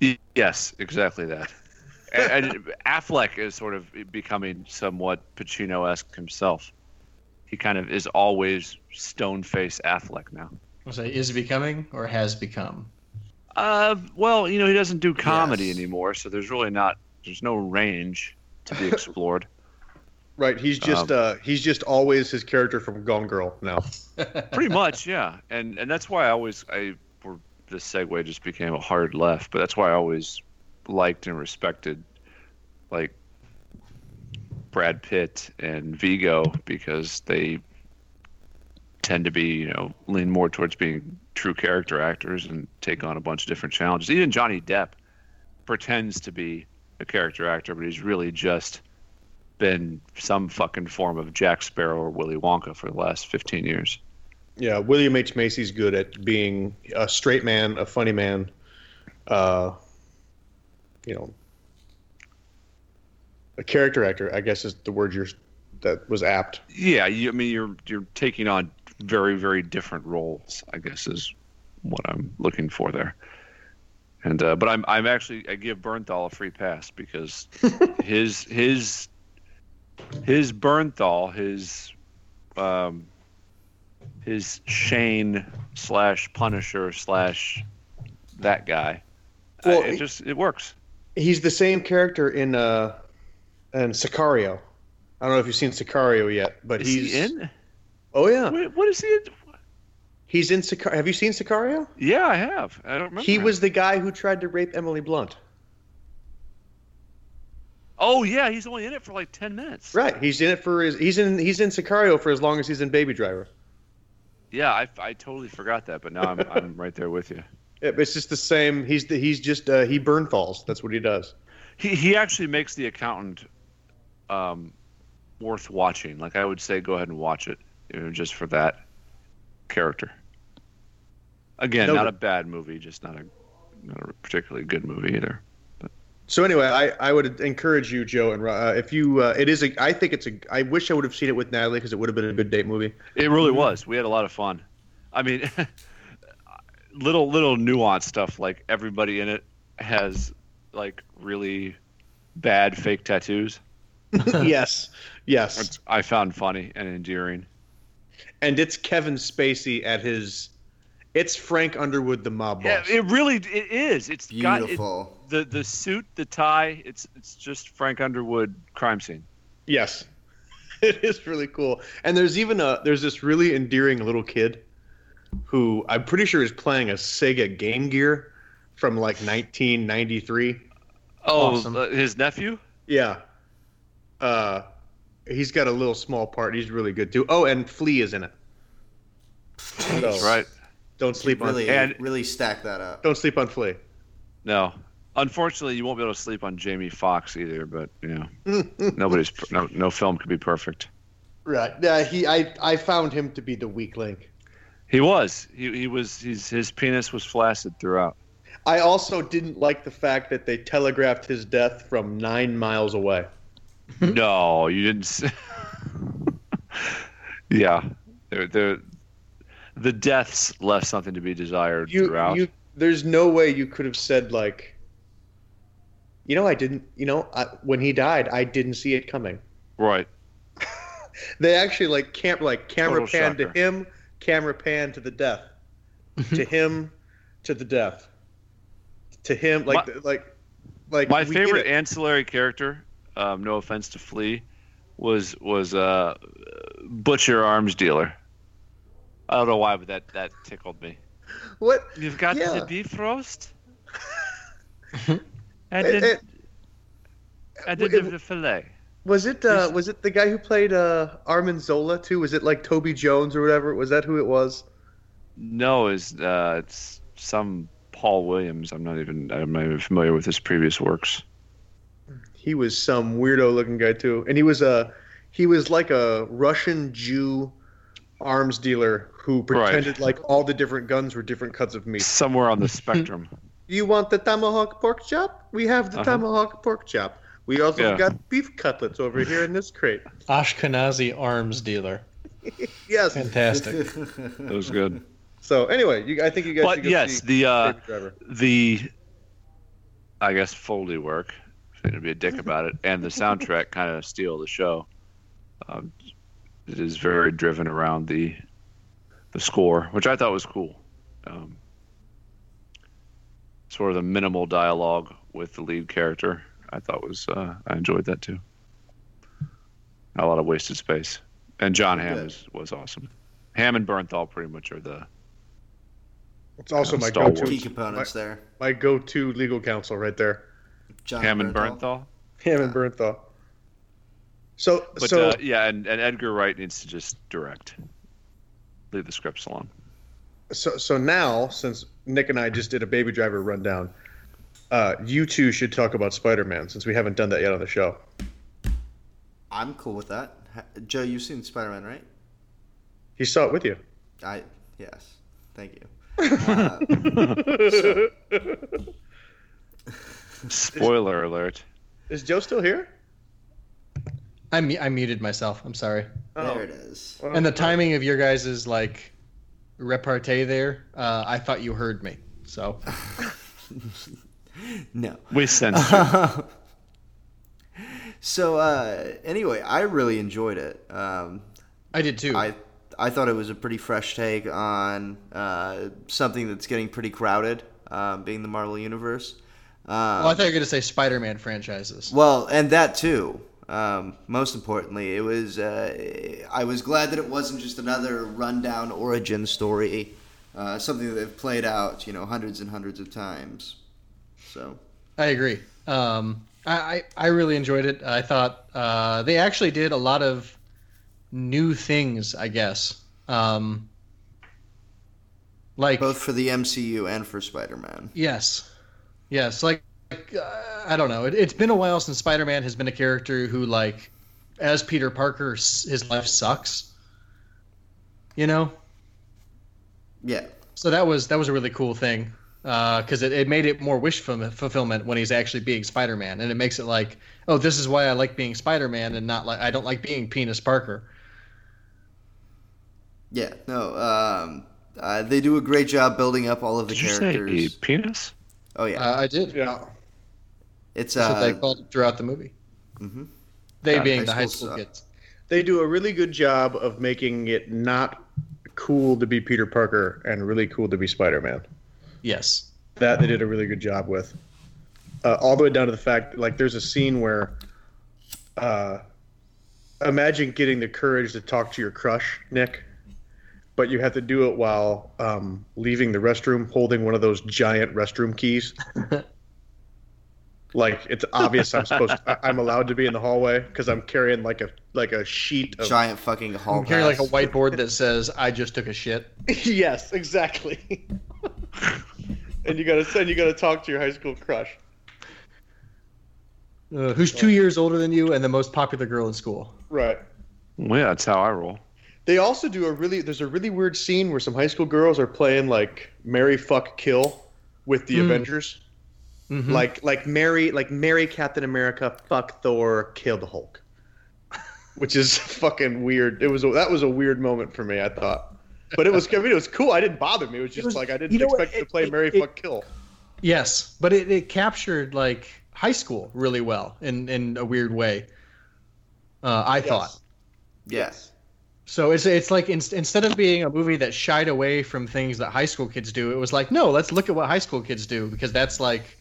A: Y- Yes, exactly that. and, and Affleck is sort of becoming somewhat Pacino esque himself. He kind of is always stone face Affleck now.
B: Was it is becoming or has become?
A: Uh, well, you know, he doesn't do comedy
G: Yes.
A: anymore, so there's really not there's no range to be explored.
F: Right. He's just
A: Um,
F: uh he's just always his character from Gone Girl now.
A: pretty much yeah and and that's why i always i for this segue just became a hard left but that's why i always liked and respected like brad pitt and vigo because they tend to be you know lean more towards being true character actors and take on a bunch of different challenges even johnny depp pretends to be a character actor but he's really just been some fucking form of jack sparrow or willy wonka for the last 15 years
F: Yeah, William H. Macy's good at being a straight man, a funny man, uh you know a character actor, I guess is the word you're that was apt.
A: Yeah, you, I mean you're you're taking on very very different roles. I guess is what I'm looking for there. And uh, but I'm I'm actually I give Bernthal a free pass because his his his Bernthal his um his Shane slash Punisher slash that guy. uh,
F: Well,
A: it just it works.
F: He's the same character in uh in Sicario. I don't know if you've seen Sicario yet, but
A: Is
F: he's
A: he in?
F: Oh yeah.
A: Wait, what is he in?
F: He's in Sicario. Have you seen Sicario?
A: Yeah, I have. I don't remember.
F: He
A: him.
F: was the guy who tried to rape Emily Blunt.
A: Oh yeah, he's only in it for like ten minutes.
F: Right. He's in it for his. He's in. He's in Sicario for as long as he's in Baby Driver.
A: Yeah, I, I totally forgot that, but now I'm, I'm right there with you.
F: Yeah, but It's just the same. He's the, he's just uh, he burn falls. That's what he does.
A: He, he actually makes the accountant um, worth watching. Like, I would say go ahead and watch it you know, just for that character. Again,
F: No,
A: not
F: but-
A: a bad movie, just not a, not a particularly good movie either.
F: So anyway, I, I would encourage you, Joe, and Ro- uh, if you uh, it is a I think it's a I wish I would have seen it with Natalie because it would have been a good date movie.
A: It really was. We had a lot of fun. I mean, little little nuance stuff like everybody in it has like really bad fake tattoos.
F: yes, yes,
A: It's- I found funny and endearing.
F: and it's Kevin Spacey at his. It's Frank Underwood, the mob
A: Yeah,
F: boss.
A: it really it is. It's got it,
G: Beautiful.
A: the the suit, the tie. It's it's just Frank Underwood crime scene.
F: yes, it is really cool. And there's even a there's this really endearing little kid who I'm pretty sure is playing a Sega Game Gear from like 1993.
A: Oh,
B: Awesome.
A: uh, his nephew?
F: Yeah. Uh he's got a little small part. He's really good too. Oh, and Flea is in it. So,
A: Right.
F: Don't sleep on
G: Really,
A: and-
G: really stack that up.
F: don't sleep on Flea.
A: No. Unfortunately, you won't be able to sleep on Jamie Foxx either, but, you know, nobody's, no, no film could be perfect.
F: Right. Yeah, he I I found him to be the weak link.
A: He was. He, he was, he's, his penis was flaccid throughout.
F: I also didn't like the fact that they telegraphed his death from 9 miles away.
A: no, you didn't. s yeah. They're, they're, the deaths left something to be desired
F: you,
A: throughout.
F: you there's no way you could have said like you know i didn't you know I, when he died i didn't see it coming
A: right.
F: they actually like camp like camera
A: Total
F: pan
A: shocker.
F: to him camera pan to the death to him to the death to him like
A: My-
F: the- like like
A: My
F: we get
A: favorite
F: it.
A: ancillary character, um, no offense to Flea, was was uh, butcher arms dealer. I don't know why, but that that tickled me.
F: what
A: You've got
F: Yeah.
A: the beef roast, and
F: It-
A: then
F: it-
A: and then
F: it-
A: the fillet.
F: was it uh was it the guy who played uh armin zola too was it like toby jones or whatever was that who it was
A: No, is uh, it's some Paul Williams. I'm not even I'm not even familiar with his previous works.
F: he was some weirdo looking guy too and he was a he was like a russian jew arms dealer who pretended like all the different guns were different cuts of meat
A: Somewhere on the spectrum.
F: you want the tomahawk pork chop we have the
A: Uh-huh.
F: tomahawk pork chop we also
A: Yeah.
F: got beef cutlets over here in this crate
B: Ashkenazi arms dealer.
F: yes
B: Fantastic.
A: That was good.
F: so anyway you, i think you guys
A: But
F: should go
A: yes,
F: see
A: the uh,
F: Baby Driver.
A: the I guess Foley work, if they're gonna be a dick about it, and the soundtrack kind of steal the show. Um, it is very driven around the the score, which I thought was cool. Um, sort of the minimal dialogue with the lead character, I thought was uh, I enjoyed that too. Not a lot of wasted space, and John Hamm
G: Good.
A: was, was awesome. Hamm and Bernthal pretty much are the
F: it's also my
A: Star
F: go-to
A: Wars.
G: Key components there.
F: my go-to legal counsel right there
G: John
A: Hamm and
G: Bernthal.
A: Bernthal.
F: hammond Bernthal. so
A: But
F: so
A: uh, yeah, and, and Edgar Wright needs to just direct. Leave the scripts alone.
F: so so now since Nick and I just did a Baby Driver rundown, uh, you two should talk about Spider Man since we haven't done that yet on the show.
G: I'm cool with that. Ha- Joe, you've seen Spider Man, right?
F: He saw it with you.
G: I yes. Thank you. Uh,
A: Spoiler alert.
F: Is Joe still here?
B: I, mu- I muted myself. I'm sorry.
F: Oh,
G: there it is.
F: Well,
B: And the timing of your guys' like repartee there, uh, I thought you heard me. So
G: No.
A: We sense you.
G: So uh, anyway, I really enjoyed it. Um,
B: I did too.
G: I I thought it was a pretty fresh take on uh, something that's getting pretty crowded, um, being the Marvel universe. Um,
B: well, I thought you were going to say Spider Man franchises.
G: Well, and that too. Um, most importantly, it was. Uh, I was glad that it wasn't just another rundown origin story, uh, something that they've played out, you know, hundreds and hundreds of times. So
B: I agree. Um, I, I I really enjoyed it. I thought uh, they actually did a lot of new things. I guess, um, like
G: both for the MCU and for Spider-Man.
B: yes, yes. Like, like, uh, I don't know. It, it's been a while since Spider Man has been a character who, like, as Peter Parker, s- his life sucks. You know,
G: Yeah,
B: so that was that was a really cool thing because it, it made it more wish fulfill- fulfillment when he's actually being spider-man and it makes it like oh this is why i like being spider-man and not like i don't like being penis parker
G: yeah. No, um, uh, they do a great job building up all of the
A: Did you say
G: characters.
A: a penis?
G: Oh yeah,
B: uh, i did
F: yeah.
G: it's
B: that's
G: uh,
B: what they called it throughout the movie
G: Mhm.
B: they
A: God,
B: being
G: high
B: the high
G: school
B: school
G: sucked.
B: kids
F: They do a really good job of making it not cool to be Peter Parker and really cool to be Spider Man.
B: yes
F: that they did a really good job with. Uh, all the way down to the fact, like, there's a scene where uh, imagine getting the courage to talk to your crush, Nick, but you have to do it while um, leaving the restroom holding one of those giant restroom keys. like it's obvious I'm supposed, to, I, am allowed to be in the hallway because I'm carrying like a like a sheet
A: Oh.
F: of.
G: Giant fucking hall
B: I'm carrying like
G: pass.
B: a whiteboard that says, I just took a shit.
F: yes, exactly. and you gotta and you gotta talk to your high school crush.
B: Uh, who's two years older than you and the most popular girl in school?
F: Right.
A: Well, yeah, that's how I roll.
F: They also do a really there's a really weird scene where some high school girls are playing like Mary Fuck Kill with the
B: Mm.
F: Avengers.
B: Mhm.
F: Like like Mary like Mary Captain America, fuck Thor, kill the Hulk. Which is fucking weird. It was a, that was a weird moment for me, I thought. But it was I mean, it was cool. I didn't bother me. It was just
B: was-
F: like I didn't
B: you know what?
F: expect to
B: It-
F: play
B: it-
F: Mary
B: it-
F: Fuck Kill.
B: Yes, but it, it captured like high school really well in, in a weird way. Uh, I thought
G: Yes.
B: so. It's it's like in, instead of being a movie that shied away from things that high school kids do, it was like no, let's look at what high school kids do because that's like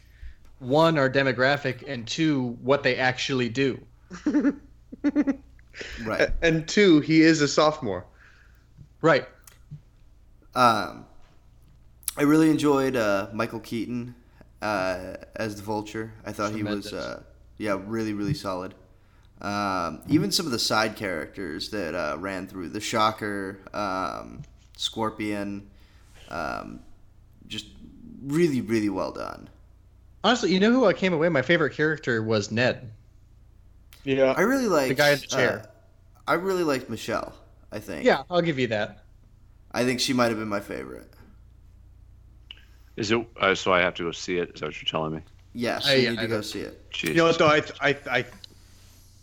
B: one our demographic and two what they actually do.
G: Right.
F: And two, he is a sophomore.
B: Right.
G: Um, I really enjoyed uh, Michael Keaton uh, as the Vulture. I thought he was, uh, yeah, really, really solid. Um, even some of the side characters that uh, ran through the Shocker, um, Scorpion, um, just really, really well done.
B: Honestly, you know who I came away. My favorite character was Ned.
F: Yeah.
G: I really like
B: guy in the chair.
G: I really liked Michelle. I think.
B: Yeah, I'll give you that.
G: I think she might have been my favorite.
A: Is it? Uh, so I have to go see it. Is that what you're telling me?
G: Yes,
B: I-
G: you need
B: I
G: to go
B: don't-
G: see it.
A: Jeez.
F: You know what though? I, I I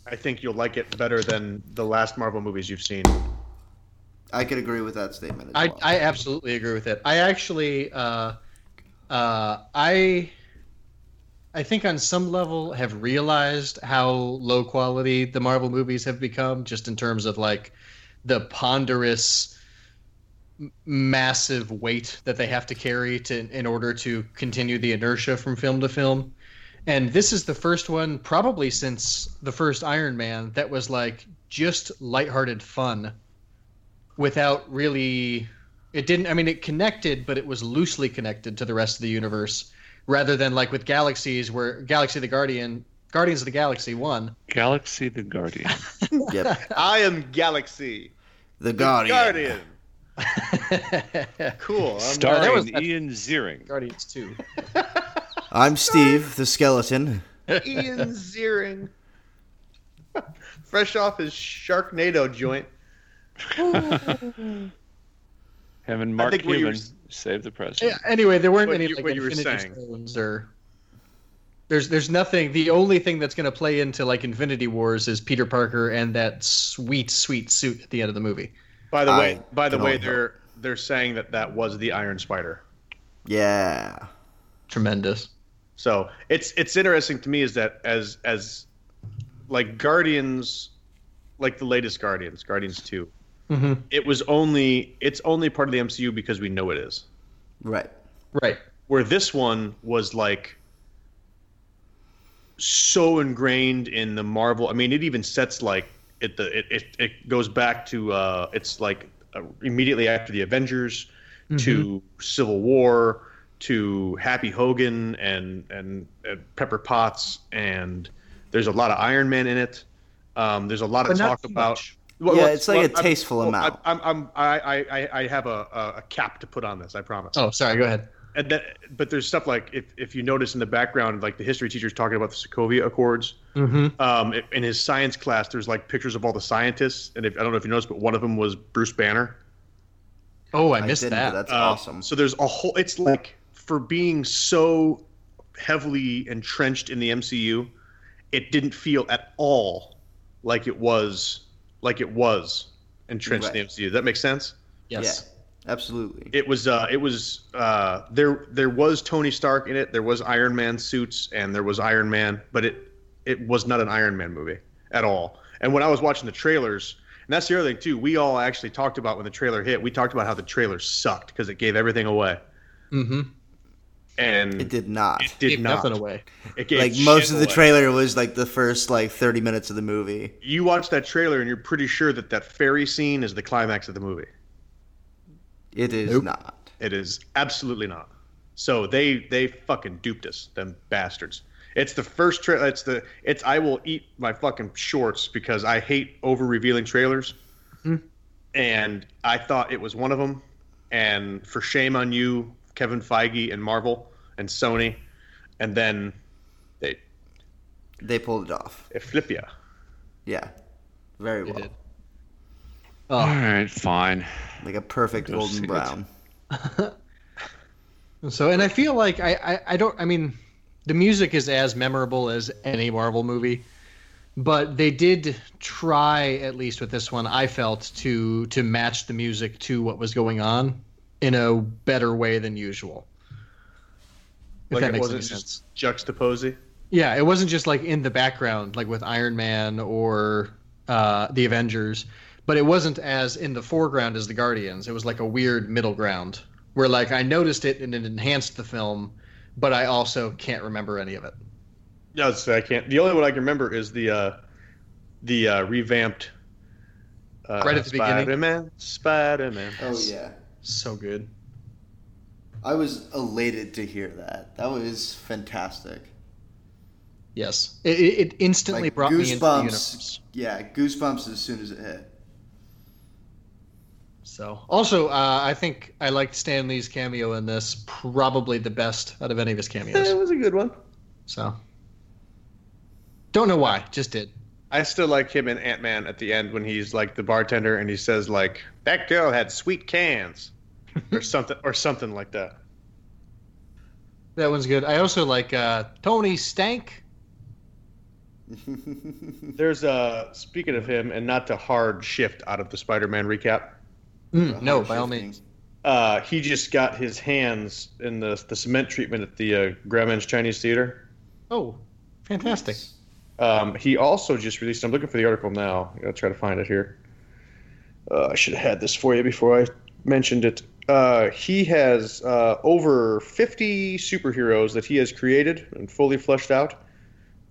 F: I think you'll like it better than the last Marvel movies you've seen.
G: I could agree with that statement. As
B: I,
G: well.
B: I absolutely agree with it. I actually, uh, uh, I, I think on some level have realized how low quality the Marvel movies have become, just in terms of like the ponderous, m- massive weight that they have to carry to in order to continue the inertia from film to film. And this is the first one, probably since the first Iron Man, that was like just lighthearted fun without really it didn't i mean it connected but it was loosely connected to the rest of the universe rather than like with galaxies where galaxy of the guardian guardians of the galaxy one
A: Galaxy the Guardian.
G: Yep.
F: I am Galaxy
G: The
F: Guardian. Cool. I'm-
A: Starring
B: was-
A: Ian Ziering.
B: guardians two
G: I'm Steve, the skeleton.
F: Ian Ziering. Fresh off his Sharknado joint.
A: Him and Mark
F: think what you were
A: Cuban
F: s-
A: save the president.
B: yeah, anyway there weren't
F: What
B: any
F: you-
B: like
F: what you were
B: infinity
F: saying.
B: stones or there's there's nothing the only thing that's going to play into like infinity wars is peter parker and that sweet sweet suit at the end of the movie
F: By the
G: I
F: way, by the
G: can
F: way,
G: only
F: they're they're saying that that was the Iron Spider.
G: Yeah.
B: tremendous
F: So it's it's interesting to me is that as as like Guardians, like the latest Guardians, Guardians Two,
B: Mhm.
F: it was only it's only part of the MCU because we know it is.
G: Right.
B: right
F: where this one was like so ingrained in the Marvel. I mean, it even sets like it the it it, it goes back to uh, it's like uh, immediately after the Avengers
B: Mm-hmm.
F: to Civil War to Happy Hogan and, and and Pepper Potts and there's a lot of Iron Man in it. Um, there's a lot of
B: But not
F: talk
B: too
F: about.
B: much.
F: Well,
G: Yeah,
F: well,
G: it's like a
F: well, I'm-
G: tasteful
F: well,
G: amount.
F: I'm, I'm, I, I- I, I have a, a, a cap to put on this. I promise
B: oh sorry go ahead
F: and that, but there's stuff like if, if you notice in the background, like the history teacher's talking about the Sokovia Accords.
B: mm-hmm.
F: Um, i- in his science class, there's like pictures of all the scientists, and if, I don't know if you noticed, but one of them was Bruce Banner.
B: oh i,
G: I
B: missed
G: didn't,
B: that Oh,
G: but that's
F: Uh,
G: awesome.
F: So there's a whole. It's like for being so heavily entrenched in the MCU, it didn't feel at all like it was like it was entrenched in
G: Right.
F: the MCU. Does that make sense?
B: yes
G: Yeah. Absolutely.
F: it was uh it was uh there there was Tony Stark in it, there was Iron Man suits and there was Iron Man, but it it was not an Iron Man movie at all. And when I was watching the trailers, and that's the other thing too, we all actually talked about when the trailer hit, we talked about how the trailer sucked because it gave everything away.
B: mm-hmm.
F: and
G: It did not.
F: it did
B: Give
F: not.
B: nothing away.
F: It gave
G: like
F: shit
G: most of the
F: away.
G: trailer was like the first like 30 minutes of the movie.
F: You watch that trailer and you're pretty sure that that ferry scene is the climax of the movie.
G: It is
B: Nope.
G: not.
F: It is absolutely not. So they they fucking duped us, them bastards. It's the first trailer. It's the it's I will eat my fucking shorts because I hate over revealing trailers. And I thought it was one of them. And for shame on you, Kevin Feige and Marvel and Sony. And then they,
G: They pulled it off.
F: they flip you.
G: Yeah. Very well.
B: did.
A: All right, fine.
G: Like a perfect golden
A: see it.
G: brown.
B: So, and I feel like I, I, I don't, I mean, the music is as memorable as any Marvel movie, but they did try, at least with this one, I felt, to to match the music to what was going on in a better way than usual. If
F: Like
B: that
F: it
B: makes any
F: wasn't
B: sense.
F: just juxtaposing.
B: Yeah, it wasn't just like in the background, like with Iron Man or uh, the Avengers, but it wasn't as in the foreground as the Guardians. It was like a weird middle ground where, like, I noticed it and it enhanced the film, but I also can't remember any of it.
F: No, it's- I can't. The only one I can remember is the uh, the uh, revamped. Uh,
B: Right at the beginning?
F: Spider-Man, Spider-Man.
G: Oh yeah.
B: So good.
G: I was elated to hear that. That was fantastic.
B: Yes, it, it, it instantly
G: Like
B: brought me into the
G: goosebumps.
B: universe.
G: Yeah, goosebumps as soon as it hit.
B: So, also, uh, I think I liked Stan Lee's cameo in this, probably the best out of any of his
F: It
B: cameos.
F: was a good one.
B: So, don't know why, just did.
F: I still like him in Ant Man at the end when he's like the bartender and he says like that girl had sweet cans, or something or something like that.
B: That one's good. I also like uh, Tony Stank.
F: There's uh, speaking of him and not to hard shift out of the Spider-Man recap.
G: Mm.
B: no, by all means.
F: Uh, he just got his hands in the the cement treatment at the uh, Grauman's Chinese Theater.
B: Oh, fantastic.
F: Um, he also just released. I'm looking for the article now. I'm gonna try to find it here. Uh, I should have had this for you before I mentioned it. Uh, he has uh, over 50 superheroes that he has created and fully fleshed out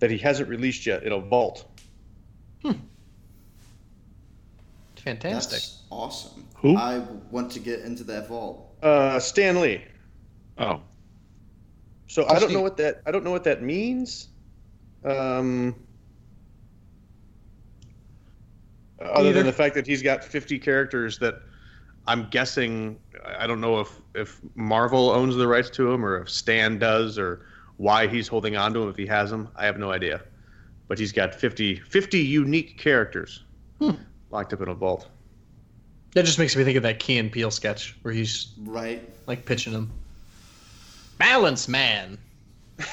F: that he hasn't released yet in a vault.
B: Fantastic.
G: That's awesome.
A: Who?
G: I want to get into that vault.
F: Uh, Stan Lee.
A: Oh,
F: So I
B: Does
F: don't
B: he-
F: know what that. I don't know what that means. Um, other
B: Neither.
F: than the fact that he's got 50 characters that I'm guessing I don't know if if Marvel owns the rights to him or if Stan does or why he's holding on to him if he has him. I have no idea. But he's got 50 50 unique characters locked up in a vault.
B: That just makes me think of that Key and Peele sketch where he's
G: Right.
B: like pitching him. Balance man.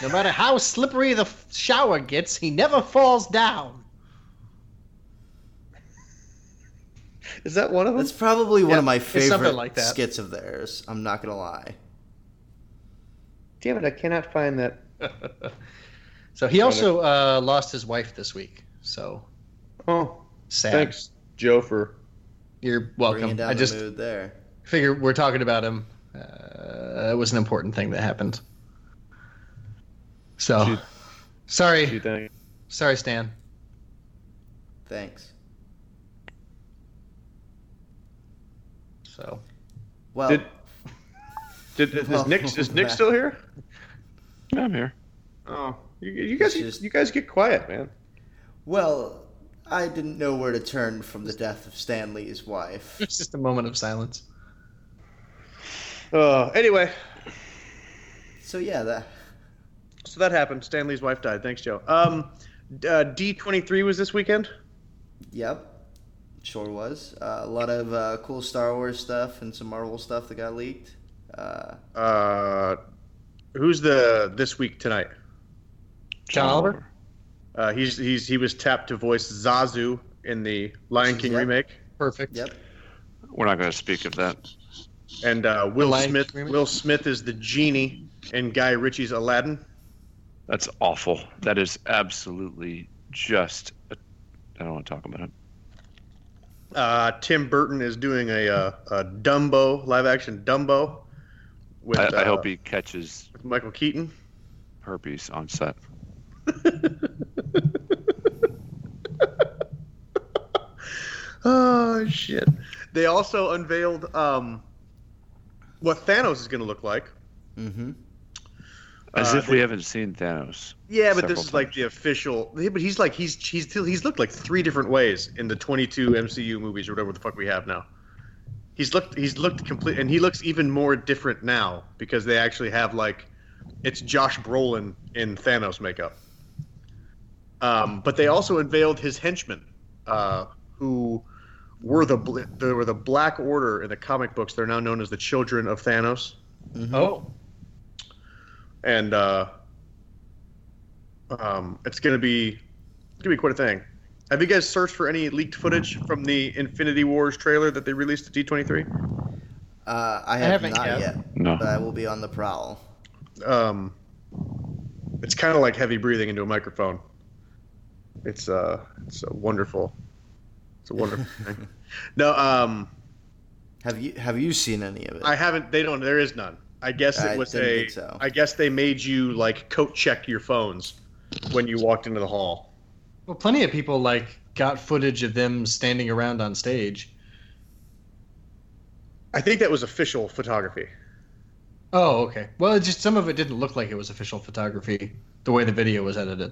B: No matter how slippery the f- shower gets, he never falls down.
F: Is that one of them?
G: That's probably one
B: Yeah,
G: of my
B: it's something
G: favorite
B: like that.
G: skits of theirs. I'm not gonna lie.
F: Damn it! I cannot find that.
B: So he also uh, lost his wife this week. So
F: Oh,
B: sad.
F: thanks, Joe, for
B: You're
G: Bringing
B: welcome.
G: down
B: I
G: the
B: just
G: mood there.
B: figure we're talking about him. Uh, it was an important thing that happened. So,
F: Shoot.
B: sorry,
F: two things.
B: sorry, Stan.
G: Thanks.
B: So
G: Well,
F: Did- Did, is Nick is Nick still here?
A: yeah, I'm here.
F: Oh, you, you guys,
G: It's just-
F: you guys get quiet, man.
G: well, I didn't know where to turn from the death of Stanley's wife.
B: it's just a moment of silence.
F: Uh, anyway,
G: So yeah, that
F: so that happened. Stanley's wife died. Thanks, Joe. Um, D twenty three was this weekend.
G: Yep, sure was. Uh, a lot of uh, cool Star Wars stuff and some Marvel stuff that got leaked. Uh,
F: Uh, who's the this week tonight?
B: John Oliver?
F: Uh, he's he's he was tapped to voice Zazu in the Lion King
G: Yep.
F: remake,
B: Perfect.
G: yep.
A: We're not going to speak of that.
F: and uh, Will
B: Lion
F: Smith
B: King remake?
F: Will Smith is the genie in Guy Ritchie's Aladdin.
A: That's awful. That is absolutely just. I I don't want to talk about it.
F: Uh, Tim Burton is doing a, uh a Dumbo live action Dumbo with
A: I, I
F: uh,
A: hope he catches
F: with Michael Keaton.
A: herpes on set.
F: Oh shit! They also unveiled um, what Thanos is going to look like.
G: Mm-hmm.
A: As
F: Uh,
A: if we haven't seen Thanos.
F: Yeah, but this
A: several
F: is like the official. yeah, But he's like he's he's still he's looked like three different ways in the 22 MCU movies or whatever the fuck we have now. He's looked he's looked complete and he looks even more different now because they actually have like it's Josh Brolin in Thanos makeup. Um, but they also unveiled his henchmen, uh, who were the bl- they were the Black Order in the comic books. They're now known as the Children of Thanos
B: Oh,
F: and uh, um, it's gonna be it's gonna be quite a thing. Have you guys searched for any leaked footage from the Infinity Wars trailer that they released at D23?
G: Uh, I have
H: haven't
G: not
H: yet.
G: yet,
A: No.
G: but I will be on the prowl.
F: Um, it's kind of like heavy breathing into a microphone. It's uh, it's a wonderful, it's a wonderful thing. No, um,
G: Have you have you seen any of it?
F: I haven't. They don't. There is none. I guess
G: I
F: it was
G: didn't
F: a. I
G: think so.
F: guess they made you like coat check your phones when you walked into the hall.
B: well, plenty of people like got footage of them standing around on stage.
F: I think that was official photography.
B: Oh, okay. Well, it just some of it didn't look like it was official photography the way the video was edited.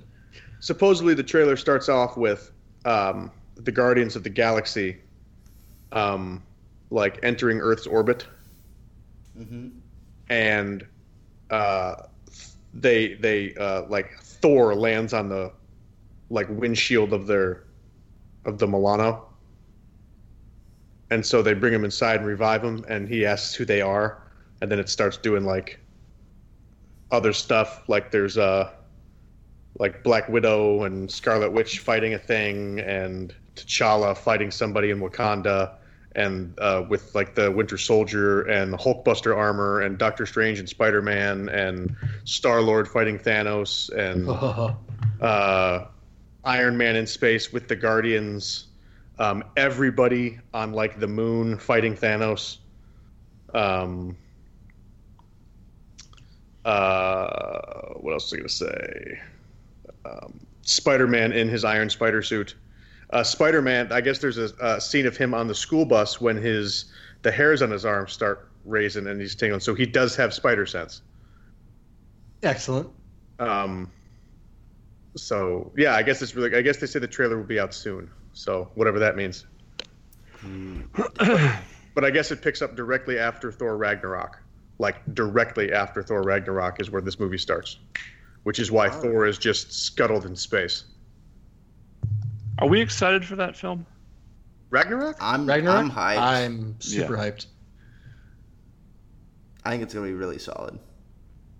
F: supposedly the trailer starts off with um, the Guardians of the Galaxy, um, like entering Earth's orbit,
G: mm-hmm.
F: and uh, they they uh, like Thor lands on the like windshield of their of the Milano, and so they bring him inside and revive him, and he asks who they are, and then it starts doing like other stuff like there's uh like Black Widow and Scarlet Witch fighting a thing, and T'Challa fighting somebody in Wakanda, and uh, with like the Winter Soldier and Hulkbuster armor, and Doctor Strange and Spider Man, and Star Lord fighting Thanos, and uh, Iron Man in space with the Guardians, um, everybody on like the moon fighting Thanos. Um, uh, what else was I gonna say? Um, Spider-Man in his Iron Spider suit. Uh, Spider-Man. I guess there's a, a scene of him on the school bus when his the hairs on his arms start raising and he's tingling. So he does have spider sense.
B: Excellent.
F: Um, so yeah, I guess it's really. I guess they say the trailer will be out soon. So whatever that means. but I guess it picks up directly after Thor Ragnarok. Like directly after Thor Ragnarok is where this movie starts, which is why Thor is just scuttled in space.
A: Are we excited for that film?
F: Ragnarok?
G: I'm
B: Ragnarok.
G: I'm hyped.
B: I'm super hyped.
G: I think it's gonna be really solid.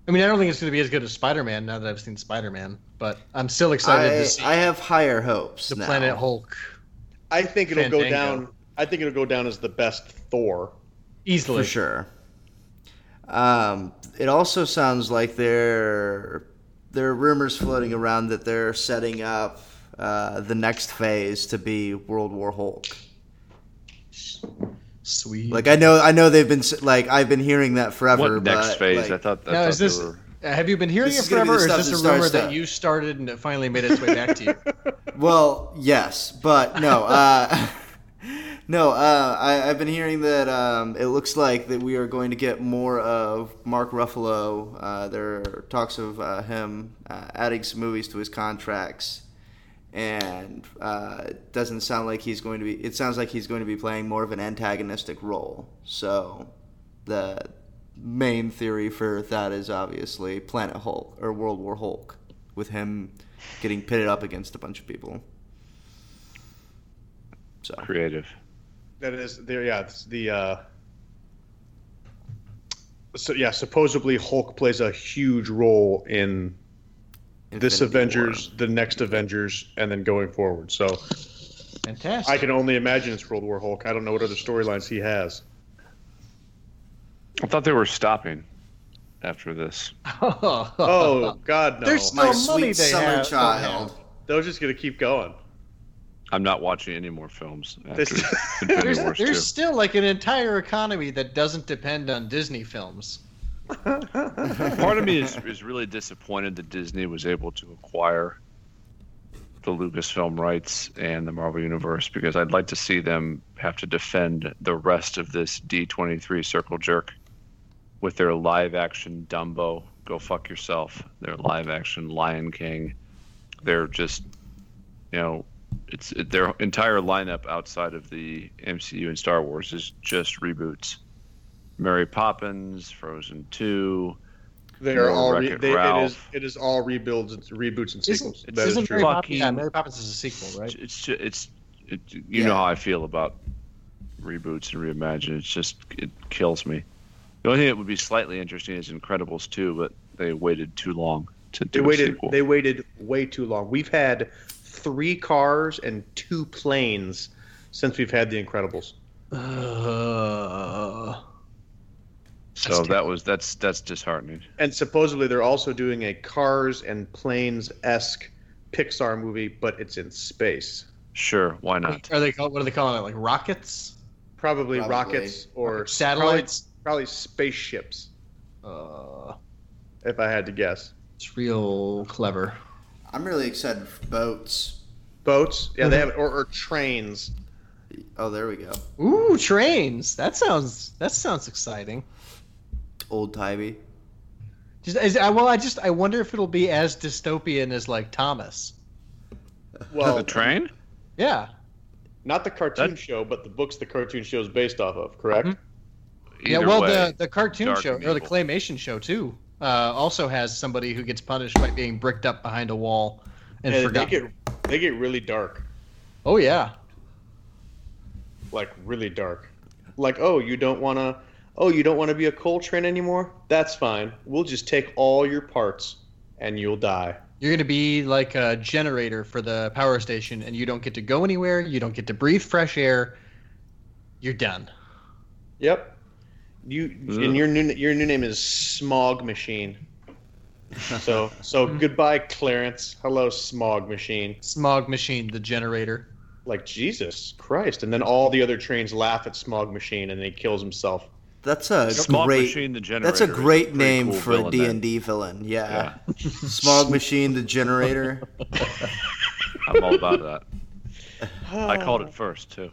B: I mean, I don't think it's going to be as good as Spider Man now that I've seen Spider Man, but I'm still excited
G: I,
B: to see
G: I have higher hopes.
B: the
G: now.
B: Planet Hulk
F: I think it'll go
B: Fandango.
F: down. I think it'll go down as the best Thor.
B: easily.
G: for sure. Um, it also sounds like there there are rumors floating around that they're setting up uh, the next phase to be World War Hulk.
B: Sweet.
G: Like I know I know they've been s- like I've been hearing that forever.
A: what next
G: but,
A: phase?
G: like,
A: I thought. I
B: Now,
A: thought
B: is this-
A: they were...
B: have you been hearing
G: This
B: it
G: is gonna be
B: forever,
G: the
B: or is
G: stuff
B: this
G: that
B: a
G: starts
B: rumor
G: that.
B: that you started and it finally made its way back to you?
G: Well, yes, but no. Uh, no, uh, I, I've been hearing that um, it looks like that we are going to get more of Mark Ruffalo. Uh, there are talks of uh, him uh, adding some movies to his contracts, and uh, it doesn't sound like he's going to be. It sounds like he's going to be playing more of an antagonistic role. So, the main theory for that is obviously Planet Hulk or World War Hulk, with him getting pitted up against a bunch of people. So.
A: creative.
F: That is there. Yeah, it's the. Uh, so yeah, supposedly Hulk plays a huge role in this
G: Infinity War.
F: Avengers, the next Avengers, and then going forward. So
B: Fantastic.
F: I can only imagine it's World War Hulk. I don't know what other storylines he has.
A: I thought they were stopping after this.
F: Oh God, no!
B: There's still
G: My
B: money
G: sweet
B: they
G: summer
B: have.
G: child.
F: They're just gonna keep going.
A: I'm not watching any more films after
F: This-
A: Infinity
B: There's,
A: Wars
B: there's still like an entire economy that doesn't depend on Disney films.
A: Part of me is, is really disappointed that Disney was able to acquire the Lucasfilm rights and the Marvel Universe because I'd like to see them have to defend the rest of this D23 circle jerk with their live action Dumbo, Go Fuck Yourself, their live action Lion King. They're just, you know, it's their entire lineup outside of the MCU and Star Wars is just reboots. Mary Poppins, Frozen 2,
F: They are
A: Or
F: all re-
A: Wreck-It
F: they, it is
A: Ralph.
F: it is all rebuilds, and reboots, and
B: Isn't,
F: sequels. That is
B: isn't Mary
F: true.
B: Poppins? Yeah,
A: Fucking-
B: Mary Poppins is a sequel, right?
A: it's ju- it's it, you
G: Yeah.
A: know how I feel about reboots and reimagine. It's just it kills me. The only thing that would be slightly interesting is Incredibles 2, but they waited too long to do
F: They
A: a
F: waited.
A: sequel.
F: They waited way too long. We've had three cars and two planes since we've had The Incredibles.
B: Uh,
A: so that was that's that's disheartening.
F: And supposedly they're also doing a Cars and Planes esque Pixar movie, but it's in space.
A: Sure, why not?
B: are they call, what are they calling it? Like rockets,
F: Probably,
G: Probably.
F: rockets or
B: satellites?
F: Probably, probably spaceships,
B: Uh,
F: if I had to guess.
B: it's real clever.
G: I'm really excited for boats.
F: Boats, yeah, they have it, or, or trains.
G: Oh, there we go.
B: Ooh, trains. That sounds that sounds exciting.
G: Old timey.
B: Just, is, I, well, I just I wonder if it'll be as dystopian as like Thomas.
F: Well,
A: the train?
B: Yeah,
F: not the cartoon
A: That-
F: show, but the books the cartoon show is based off of, correct?
B: Mm-hmm.
A: Either
B: yeah. Well,
A: way,
B: the the cartoon
A: dark
B: show
A: and
B: or the
A: evil.
B: claymation show too uh, also has somebody who gets punished by being bricked up behind a wall and,
F: And they
B: forgotten.
F: get they get really dark,
B: Oh yeah.
F: like really dark. Like, oh, you don't want to, oh, you don't want to be a coal train anymore? That's fine. We'll just take all your parts, and you'll die.
B: You're going to be like a generator for the power station, and you don't get to go anywhere. You don't get to breathe fresh air. You're done.
F: Yep. You
A: Ugh.
F: and your new your new name is Smog Machine. So so goodbye, Clarence. Hello, Smog Machine.
B: Smog machine, the generator.
F: Like Jesus Christ! And then all the other trains laugh at Smog Machine, and then he kills himself.
G: That's a
A: Smog
G: great.
A: Machine the generator.
G: That's a
A: is
G: great
A: pretty
G: name
A: cool
G: for a D
A: villain
G: and
A: there.
G: D villain. Yeah.
A: Yeah,
G: Smog machine, the generator.
A: I'm all about that. I called it first too.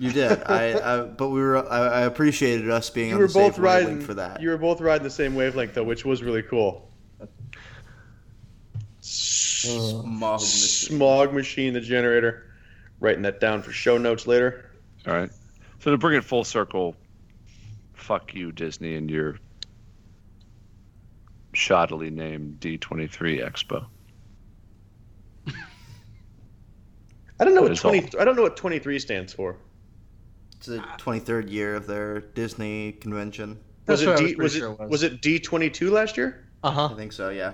G: You did. I, I but we were. I, I appreciated us being
F: You
G: on
F: were
G: the same
F: both
G: wavelength
F: riding
G: for that.
F: You were both riding the same wavelength though, which was really cool.
G: Smog machine.
F: Smog Machine, the generator. Writing that down for show notes later.
A: All right. So to bring it full circle, fuck you, Disney, and your shoddily named D23 Expo.
F: I don't know
A: That
F: what
A: is all.
F: twenty. I don't know what twenty three stands for.
G: It's the 23rd year of their Disney convention.
F: Was
B: That's what I was
F: it D?
B: pretty
F: Was
B: sure it
F: it
B: was.
F: was it D twenty two last year?
B: Uh
G: I
B: huh.
G: think so. Yeah.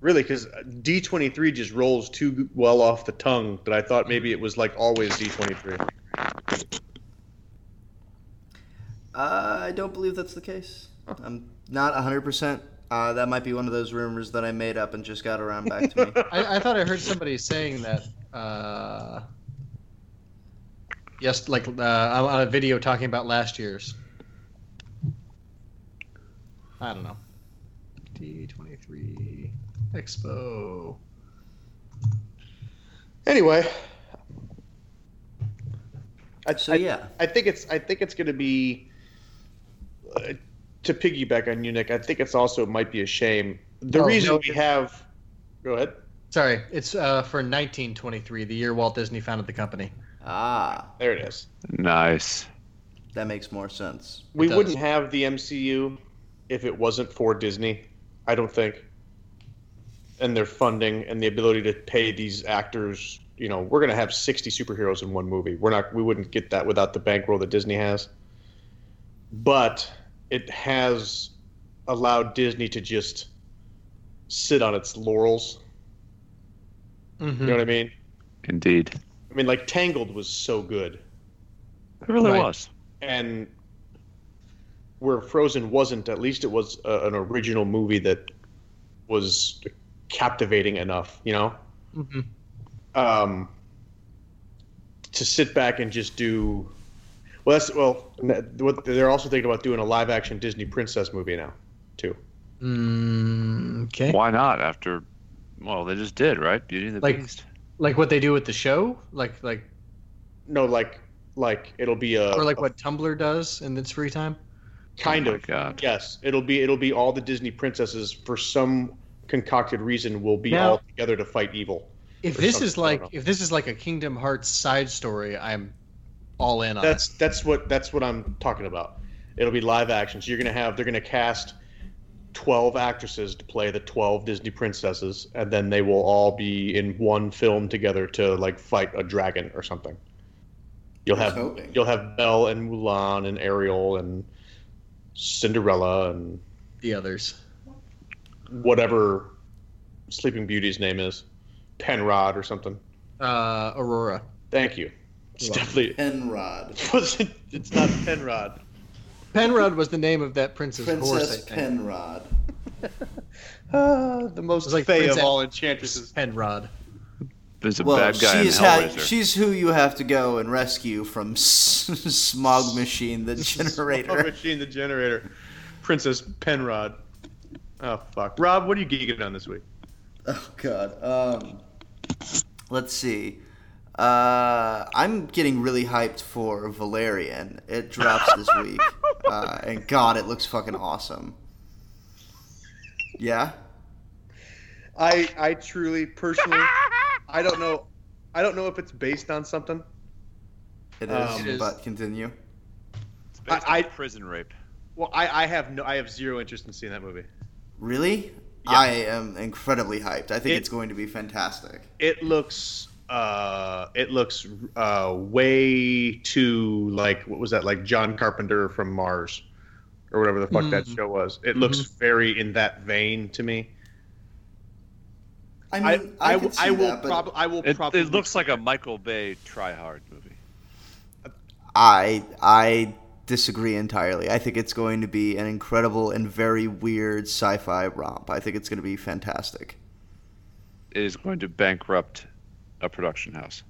F: Really, because D twenty three just rolls too well off the tongue that I thought maybe it was like always D twenty three.
G: Uh, I don't believe that's the case. I'm not 100%. Uh, that might be one of those rumors that I made up and just got around back to me.
B: I, I thought I heard somebody saying that. Uh, yes, like uh, I'm on a video talking about last year's. I don't know. D23 Expo.
F: Anyway, I,
G: So,
F: I-
G: yeah.
F: I think it's I think it's going to be uh, to piggyback on you, Nick. I think it's also might be a shame. The
B: Oh,
F: reason
B: no,
F: we
B: it-
F: have go ahead.
B: Sorry, it's uh, for 1923, the year Walt Disney founded the company.
G: Ah,
F: There it is.
A: Nice.
G: that makes more sense.
F: We
B: does.
F: wouldn't have the MCU if it wasn't for Disney. I don't think. And their funding and the ability to pay these actors. You know, we're going to have sixty superheroes in one movie. We're not. We wouldn't get that without the bankroll that Disney has. But it has allowed Disney to just sit on its laurels. You know
B: Hmm.
F: what I mean?
A: Indeed.
F: I mean, like Tangled was so good.
A: It really
B: Right.
A: was.
F: and where Frozen wasn't, at least it was a, an original movie that was captivating enough, you know,
B: Mhm.
F: um, to sit back and just do. Well, that's well. n- What they're also thinking about doing a live-action Disney princess movie now. too.
B: Mm, okay.
A: Why not? After, well, they just did, right? Beauty and the
B: Like-
A: Beast.
B: Like what they do with the show, like like
F: No, like like it'll be a
B: or like
F: a
B: what Tumblr does in its free time.
F: kind
A: Oh my
F: of
A: God.
F: yes. It'll be it'll be all the Disney princesses for some concocted reason will be
B: Now-
F: all together to fight evil.
B: If
F: Or
B: this
F: something,
B: is
F: I
B: like
F: don't
B: if this is like a Kingdom Hearts side story, I'm all in on it.
F: That's that's what that's what I'm talking about. It'll be live action. So you're gonna have they're gonna cast twelve actresses to play the twelve Disney princesses, and then they will all be in one film together to like fight a dragon or something. You'll
G: I was
F: have
G: hoping.
F: you'll have Belle and Mulan and Ariel and Cinderella and
B: the others.
F: whatever Sleeping Beauty's name is, Penrod or something.
B: Uh, Aurora.
F: Thank you. It's
B: You're
F: definitely
G: Penrod.
F: wasn't. It's not Penrod.
B: Penrod was the name of that prince's horse. I
G: Princess
B: think.
G: Penrod.
F: Ah, the most
B: It's like
F: fey
B: Princess-
F: of all enchantresses.
B: Penrod.
A: There's a
G: Well,
A: bad guy in
G: she's, how,
A: Hellraiser.
G: she's who you have to go and rescue from s- Smog Machine, the
F: Oh,
G: generator.
F: machine the generator. Princess Penrod. Oh fuck. Rob, what are you geeking on this week?
G: Oh God. Um, let's see. Uh, I'm getting really hyped for Valerian. It drops this week, uh, and God, it looks fucking awesome. Yeah.
F: I I truly personally I don't know I don't know if it's based on something.
G: It is,
F: Um,
B: It is.
G: but continue.
A: It's based
F: I-
A: on
F: I-
A: prison rape.
F: Well, I, I have no I have zero interest in seeing that movie.
G: Really?
F: Yeah.
G: I am incredibly hyped. I think
F: It-
G: it's going to be fantastic.
F: It looks uh it looks uh way too like what was that like John Carpenter from Mars or whatever the fuck
G: Mm.
F: that show was.
G: Mm-hmm.
F: It looks very in that vein to me.
G: I
F: I
G: mean, I,
F: I,
G: can
F: w-
G: see
F: I will
G: that, but
F: probably I will
A: It,
F: probably
A: it looks like a Michael Bay try hard movie.
G: I I disagree entirely. I think it's going to be an incredible and very weird sci-fi romp. I think it's going to be fantastic.
A: It is going to bankrupt a production house.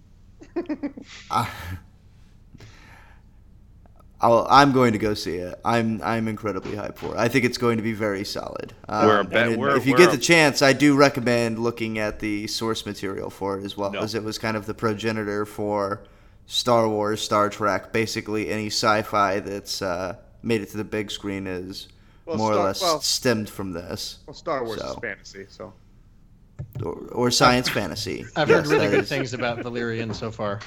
G: I'll, I'm going to go see it. I'm I'm incredibly hyped for it. I think it's going to be very solid. Um,
A: We're a ba-
G: and it-
A: we're-
G: if you
A: we're
G: get
A: a-
G: the chance, I do recommend looking at the source material for it as well,
A: No.
G: as it was kind of the progenitor for Star Wars, Star Trek, basically any sci-fi that's uh, made it to the big screen is
F: Well,
G: more
F: Star-
G: or less
F: well-
G: stemmed from this,
F: Well, Star Wars
G: So.
F: is fantasy, so
G: or, or science fantasy.
B: I've heard
G: Yes,
B: really
G: that
B: good
G: is-
B: things about Valerian so far.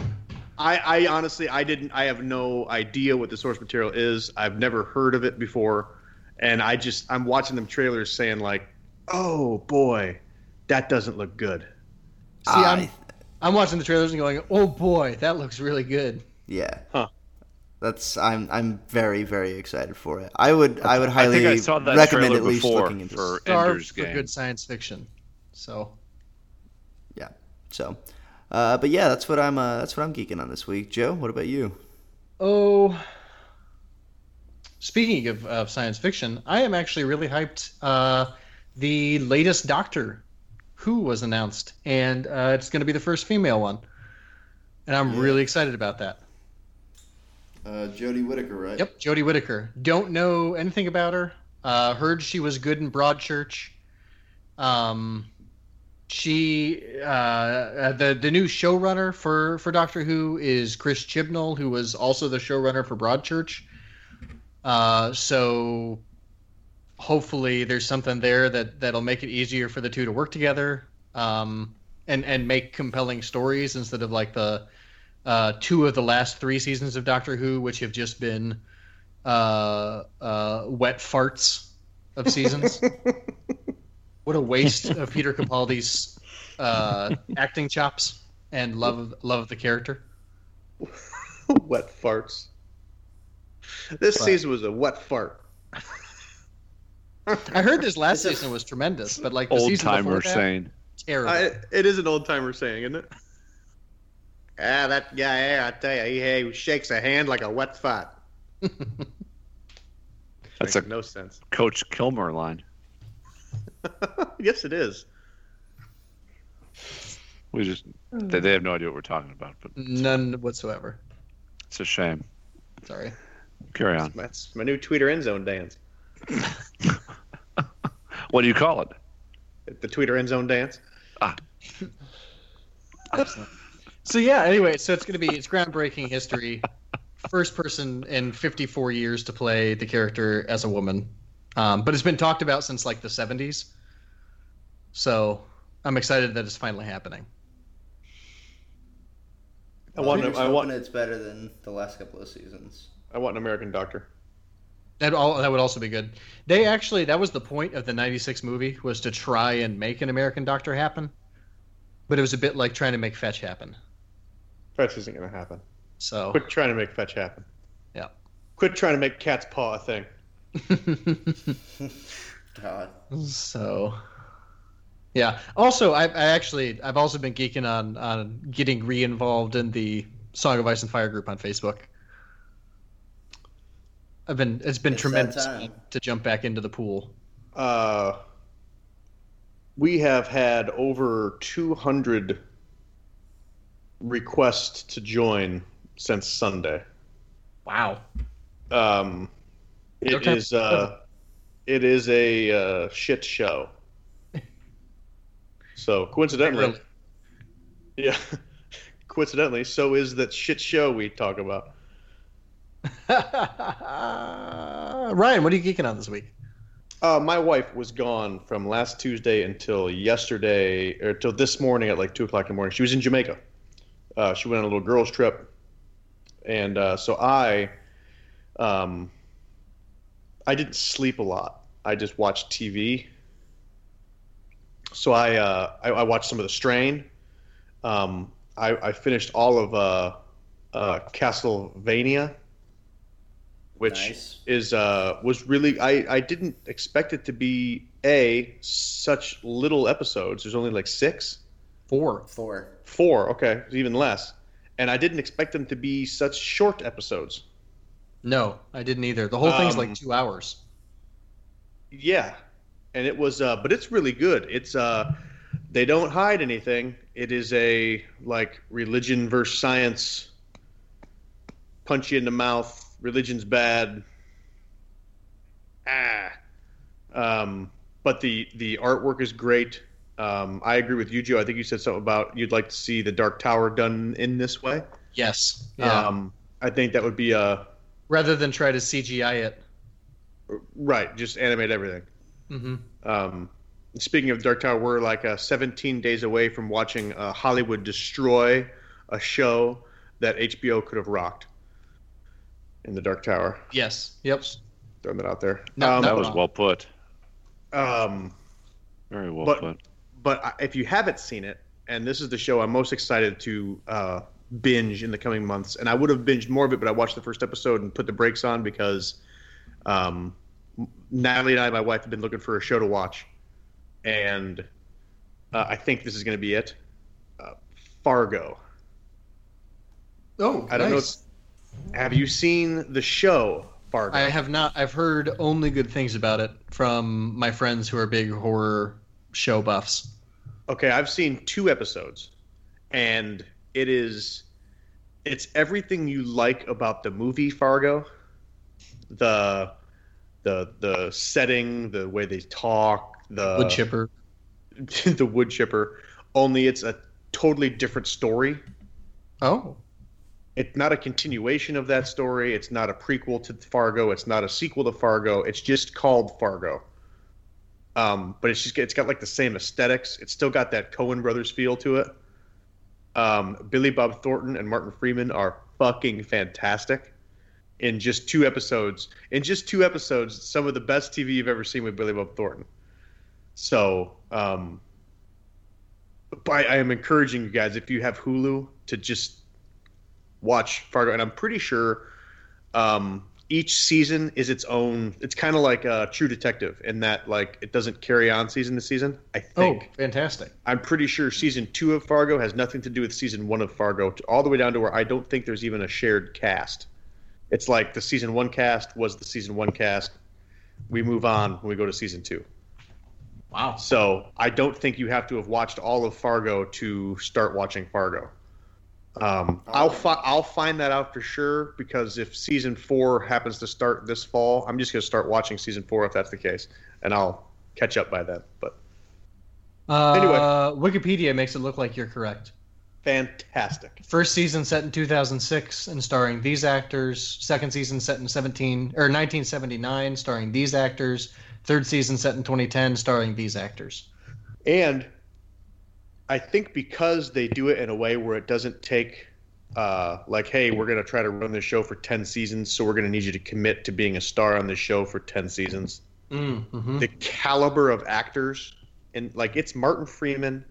F: I, I honestly, I didn't, I have no idea what the source material is. I've never heard of it before, and I just, I'm watching them trailers saying like, oh boy, that doesn't look good.
B: See, I'm I'm watching the trailers and going, oh boy, that looks really good.
G: Yeah.
F: Huh.
G: That's I'm I'm very very excited for it. I would I would
A: I
G: highly
A: think I saw that
G: recommend
A: trailer
G: at least
A: before
G: looking into
A: for
G: it.
B: Star
A: Ender's
B: for
A: Game.
B: good science fiction. So
G: Yeah. So, uh, but yeah, that's what I'm uh, that's what I'm geeking on this week. Joe, what about you?
B: Oh, speaking of, of science fiction, I am actually really hyped. Uh, the latest Doctor Who was announced, and uh, it's going to be the first female one, and I'm really excited about that.
G: Uh, Jodie Whittaker, right?
B: Yep, Jodie Whittaker. Don't know anything about her. Uh, heard she was good in Broadchurch. Um, she uh, uh, the the new showrunner for for Doctor Who is Chris Chibnall, who was also the showrunner for Broadchurch. Uh, so hopefully there's something there that that'll make it easier for the two to work together. Um, and and make compelling stories instead of like the uh, two of the last three seasons of Doctor Who, which have just been uh, uh, wet farts of seasons. what a waste of Peter Capaldi's uh, acting chops and love of, love of the character.
F: wet farts. This
B: But-
F: season was a wet fart.
B: I heard this last season was tremendous, but like the
A: Old
B: season
A: timer
B: before that,
A: saying,
B: terrible.
F: I, it is an old timer saying, isn't it? Ah, that guy, yeah, I tell you, he, he shakes a hand like a wet fart.
A: That's
F: Makes
A: a-
F: no sense.
A: Coach Kilmer line.
F: yes, it is.
A: We just they, they have no idea what we're talking about, but
B: None whatsoever.
A: it's a shame.
B: Sorry.
A: Carry on.
F: That's my new tweeter end zone dance.
A: What do you call it?
F: The Twitter end zone dance.
A: Ah.
B: So yeah. Anyway, so it's gonna be it's groundbreaking history. First person in 54 years to play the character as a woman, um, but it's been talked about since like the 70s. So I'm excited that it's finally happening.
F: I want.
G: I'm
F: I want.
G: It's better than the last couple of seasons.
F: I want an American doctor.
B: That all that would also be good. They actually that was the point of the '96 movie was to try and make an American Doctor happen, but it was a bit like trying to make Fetch happen.
F: Fetch isn't gonna happen.
B: So
F: Quit trying to make fetch happen.
B: Oh. Yeah.
F: Quit trying to make cat's paw a thing.
G: God.
B: so yeah. Also, I, I actually I've also been geeking on on getting re-involved in the Song of Ice and Fire group on Facebook. I've been it's been
G: It's that
B: tremendous
G: time.
B: to jump back into the pool.
F: Uh, we have had over 200 requests to join since Sunday.
B: Wow.
F: Um, it is
B: Okay.
F: uh, it is a uh, shit show. So coincidentally,
B: Really.
F: yeah, coincidentally, so is that shit show we talk about.
B: Ryan, what are you geeking on this week?
F: Uh, my wife was gone from last Tuesday until yesterday, or till this morning at like two o'clock in the morning. She was in Jamaica. Uh, she went on a little girls' trip, and uh, so I, um, I didn't sleep a lot. I just watched TV. So I, uh, I, I watched some of The Strain. Um, I, I finished all of uh, uh, Castlevania, which
G: Nice.
F: is uh, was really I, I didn't expect it to be a such little episodes. There's only like six,
B: Four.
G: Four.
F: four, okay, even less, and I didn't expect them to be such short episodes.
B: No, I didn't either. The whole thing's like
F: Um,
B: two hours.
F: Yeah, and it was, uh, but it's really good. It's uh, they don't hide anything. It is a like religion versus science. Punch you in the mouth. Religion's bad. Ah, um, but the the artwork is great. Um, I agree with you, Joe. I think you said something about you'd like to see the Dark Tower done in this way.
B: Yes. Yeah.
F: Um, I think that would be uh,
B: Rather than try to CGI it.
F: right. Just animate everything.
B: hmm
F: Um, speaking of Dark Tower, we're like uh, 17 days away from watching uh, Hollywood destroy a show that HBO could have rocked in the Dark Tower.
B: Yes. Yep.
F: Throwing that out there.
B: No,
F: um,
A: That
B: no.
A: was well put.
F: um,
A: Very well
F: But-
A: put.
F: but I- if you haven't seen it, and this is the show I'm most excited to uh, binge in the coming months, and I would have binged more of it, but I watched the first episode and put the brakes on because um, Natalie and I, my wife, have been looking for a show to watch, and uh, I think this is going to be it. Uh, Fargo.
B: Oh,
F: I don't know. Have you seen the show Fargo?
B: I have not. I've heard only good things about it from my friends who are big horror show buffs.
F: okay i've seen two episodes and it is it's everything you like about the movie fargo the the the setting the way they talk the
B: Wood chipper.
F: the wood chipper only it's a totally different story
B: Oh.
F: it's not a continuation of that story it's not a prequel to fargo it's not a sequel to fargo it's just called fargo um, but it's just it's got like the same aesthetics it's still got that cohen brothers feel to it um, billy bob thornton and martin freeman are fucking fantastic in just two episodes in just two episodes some of the best tv you've ever seen with billy bob thornton so um, but I, I am encouraging you guys if you have hulu to just watch Fargo, and I'm pretty sure um, each season is its own. It's kind of like uh, True Detective in that like it doesn't carry on season to season. I think
B: Oh, fantastic.
F: I'm pretty sure season two of Fargo has nothing to do with season one of Fargo, to, all the way down to where I don't think there's even a shared cast. It's like the season one cast was the season one cast. We move on when we go to season two.
B: Wow.
F: So I don't think you have to have watched all of Fargo to start watching Fargo. Um, I'll fi- I'll find that out for sure because if season four happens to start this fall, I'm just going to start watching season four if that's the case, and I'll catch up by then. But
B: Uh,
F: Anyway.
B: Wikipedia makes it look like you're correct.
F: fantastic.
B: First season set in 2006 and starring these actors. Second season set in 17 or 1979, starring these actors. Third season set in 2010, starring these actors.
F: And I think because they do it in a way where it doesn't take, uh, like, hey, we're going to try to run this show for 10 seasons, so we're going to need you to commit to being a star on this show for 10 seasons.
B: Mm-hmm.
F: The caliber of actors, and like, it's Martin Freeman,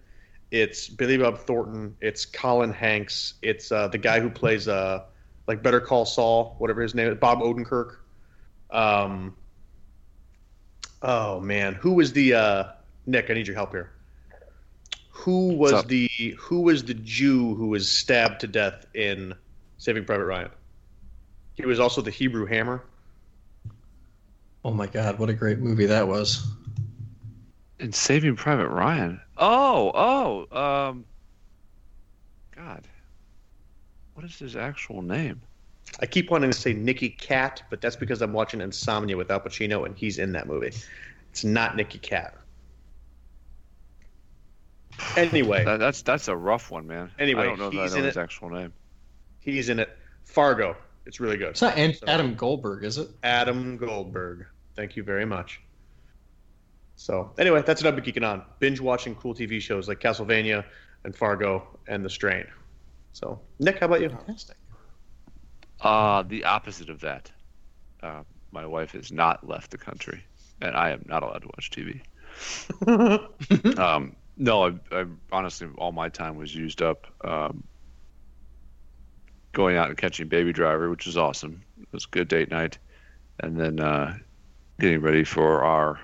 F: it's Billy Bob Thornton, it's Colin Hanks, it's uh, the guy who plays, uh, like, Better Call Saul, whatever his name is, Bob Odenkirk. Um, oh, man. Who was the, uh, Nick, I need your help here who was
A: up?
F: the who was the Jew who was stabbed to death in Saving Private Ryan? He was also the Hebrew Hammer.
B: Oh my God, what a great movie that was.
A: And Saving Private Ryan. Oh, oh, um, God, what is his actual name?
F: I keep wanting to say Nicky Cat, but that's because I'm watching Insomnia with Al Pacino, and he's in that movie. It's not Nicky Cat. Anyway,
A: That, that's that's a rough one, man.
F: Anyway,
A: I don't know if
F: he's
A: I know
F: in
A: his
F: it.
A: actual name.
F: he's in it. Fargo. It's really good.
B: It's not An- Adam Goldberg, is it?
F: Adam Goldberg. Thank you very much. So, anyway, that's what I've been geeking on. Binge watching cool TV shows like Castlevania and Fargo and The Strain. So, Nick, how about you?
A: Uh, the opposite of that. Uh, my wife has not left the country, and I am not allowed to watch TV. um, no, I, I honestly, all my time was used up um, going out and catching Baby Driver, which was awesome. It was a good date night, and then uh, getting ready for our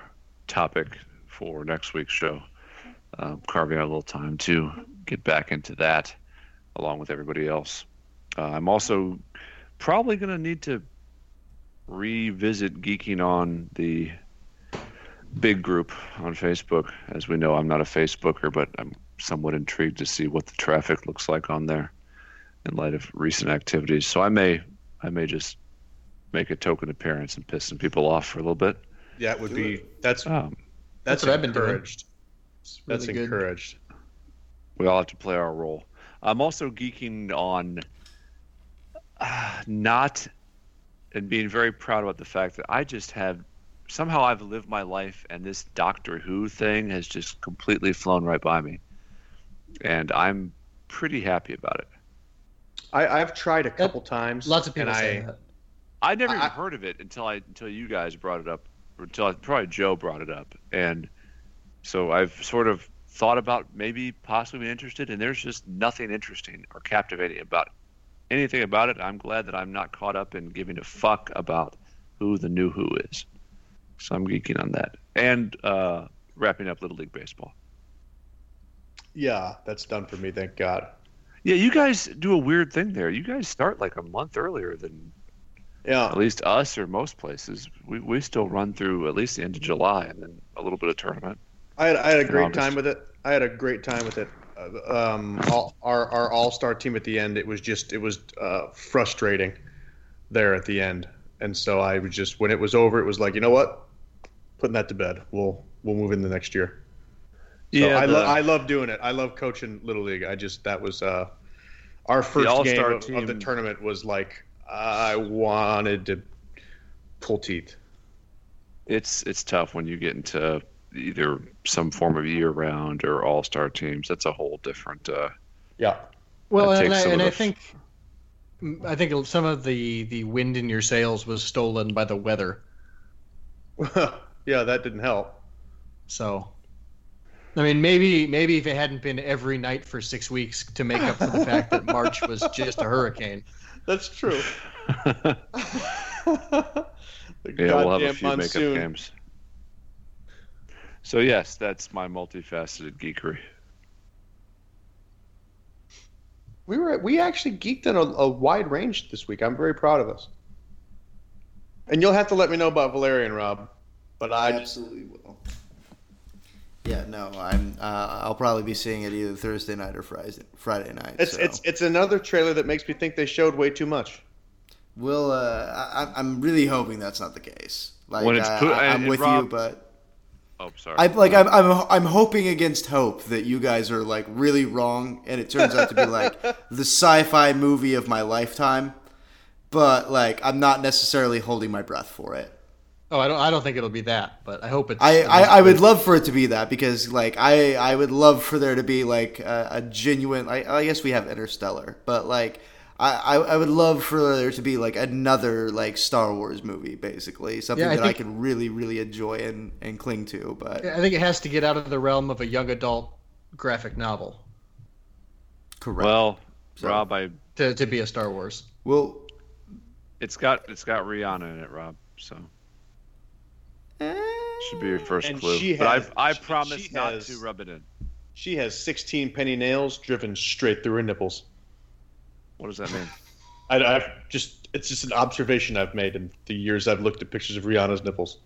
A: topic for next week's show. Um, carving out a little time to get back into that, along with everybody else. Uh, I'm also probably going to need to revisit geeking on the big group on Facebook. As we know, I'm not a Facebooker, but I'm somewhat intrigued to see what the traffic looks like on there in light of recent activities. So I may, I may just make a token appearance and piss some people off for a little bit.
F: That would be that's
A: Um,
B: That's
F: that's,
B: what I've been doing.
F: encouraged. That's
B: really good.
F: encouraged.
A: we all have to play our role. I'm also geeking on uh, not and being very proud about the fact that I just have somehow I've lived my life and this Doctor Who thing has just completely flown right by me. And I'm pretty happy about it.
F: I, I've tried a couple times.
B: Lots of people
F: and
B: say
F: I,
B: that.
A: I never even
F: I-
A: heard of it until I until you guys brought it up, or until I, probably Joe brought it up, and so I've sort of thought about maybe possibly being interested, and there's just nothing interesting or captivating about anything about it. I'm glad that I'm not caught up in giving a fuck about who the new who is. So I'm geeking on that, and uh, wrapping up Little League baseball.
F: Yeah, that's done for me. Thank God.
A: Yeah, you guys do a weird thing there. You guys start like a month earlier than
F: Yeah,
A: at least us or most places, we, we still run through at least the end of July and then a little bit of tournament.
F: I had, I had a great
A: August.
F: time with it. I had a great time with it. Uh, Um, all, our our all star team at the end. It was just it was uh, frustrating there at the end, and so I was just when it was over, it was like you know what, putting that to bed. We'll we'll move in the next year. So I, lo- I love doing it. I love coaching little league. I just that was uh, our first game
A: all-star
F: of, of the
A: team-
F: tournament was like I wanted to pull teeth.
A: it's it's tough when you get into either some form of year round or all star teams. That's a whole different. Uh,
F: Yeah,
B: Well,
A: That
B: and
A: takes
B: I,
A: some of
B: and I
A: the-
B: think I think some of the the wind in your sails was stolen by the weather.
F: yeah, that didn't help.
B: So, I mean, maybe maybe if it hadn't been every night for six weeks to make up for the fact that March was just a hurricane.
F: That's true. the
A: yeah, we'll have a
F: goddamn
A: few
F: monsoon.
A: makeup games. So yes, that's my multifaceted geekery.
F: We were we actually geeked on a, a wide range this week. I'm very proud of us. And you'll have to let me know about Valerian, Rob. But
G: I
F: I
G: absolutely will. Yeah, no, I'm. Uh, I'll probably be seeing it either Thursday night or Friday Friday night.
F: it's
G: so.
F: it's it's another trailer that makes me think they showed way too much.
G: We'll. Uh, I, I'm- I'm really hoping that's not the case. Like
A: When it's
G: I,
A: put-
G: I, am
A: and
G: with you,
A: Rob-
G: but
A: Oh, sorry.
G: I like I'm, I'm I'm hoping against hope that you guys are like really wrong and it turns out to be like the sci-fi movie of my lifetime. But like I'm not necessarily holding my breath for it.
B: Oh, I don't. I don't think it'll be that, but I hope it's.
G: I, I, I would love for it to be that because like I, I would love for there to be like a, a genuine I, I guess we have Interstellar but like I, I I would love for there to be like another like Star Wars movie basically something
B: Yeah, I
G: that I
B: think-
G: can really really enjoy and, and cling to but
B: I think it has to get out of the realm of a young adult graphic novel
G: correct well,
A: well, Rob, I
B: to, to be a Star Wars.
A: it's got it's got Rihanna in it, Rob. So
G: eh.
A: should be your first
F: And
A: clue.
F: she
A: but
F: has-
A: I I
F: she-
A: promise
F: she
A: not
F: has-
A: to rub it in.
F: She has 16 penny nails driven straight through her nipples.
A: What does that mean?
F: I, I've just it's just an observation I've made in the years I've looked at pictures of Rihanna's nipples.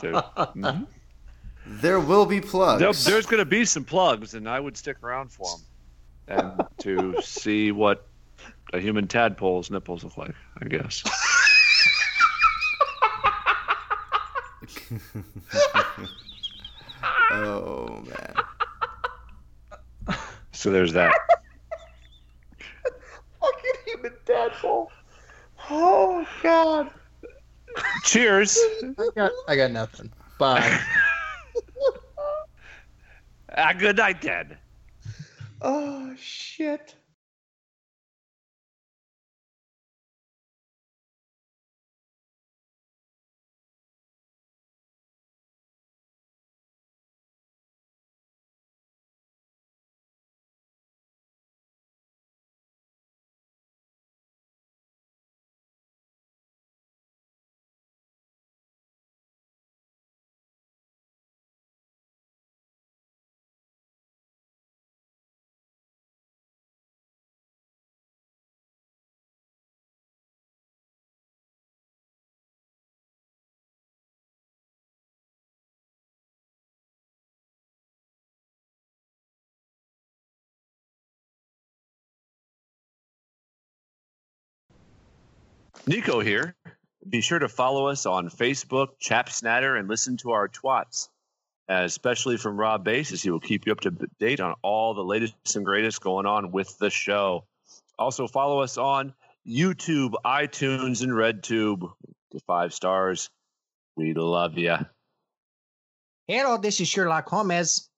A: Dude. Mhm.
G: there will be plugs
A: There- there's going to be some plugs, and I would stick around for them and to see what a human tadpole's nipples look like. I guess.
G: oh man
A: So there's that.
F: Fucking human tadpole. Oh God.
A: Cheers.
B: I got I got nothing. Bye.
A: Ah, good night, Dad.
F: Oh shit.
A: Nico here. Be sure to follow us on Facebook, Chap Snatter, and listen to our twats, Uh, especially from Rob Bass, as he will keep you up to date on all the latest and greatest going on with the show. Also, follow us on YouTube, iTunes, and RedTube. The five stars. We love you.
B: Hello, this is Sherlock Holmes.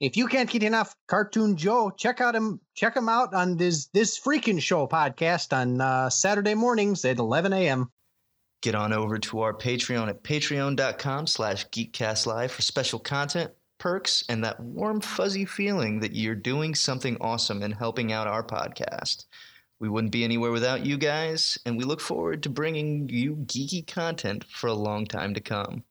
B: If you can't get enough Cartoon Joe, check out him check him out on this this freaking show podcast on uh, Saturday mornings at 11 a.m.
C: Get on over to our Patreon at patreon.com slash geekcastlive for special content, perks, and that warm, fuzzy feeling that you're doing something awesome and helping out our podcast. We wouldn't be anywhere without you guys, and we look forward to bringing you geeky content for a long time to come.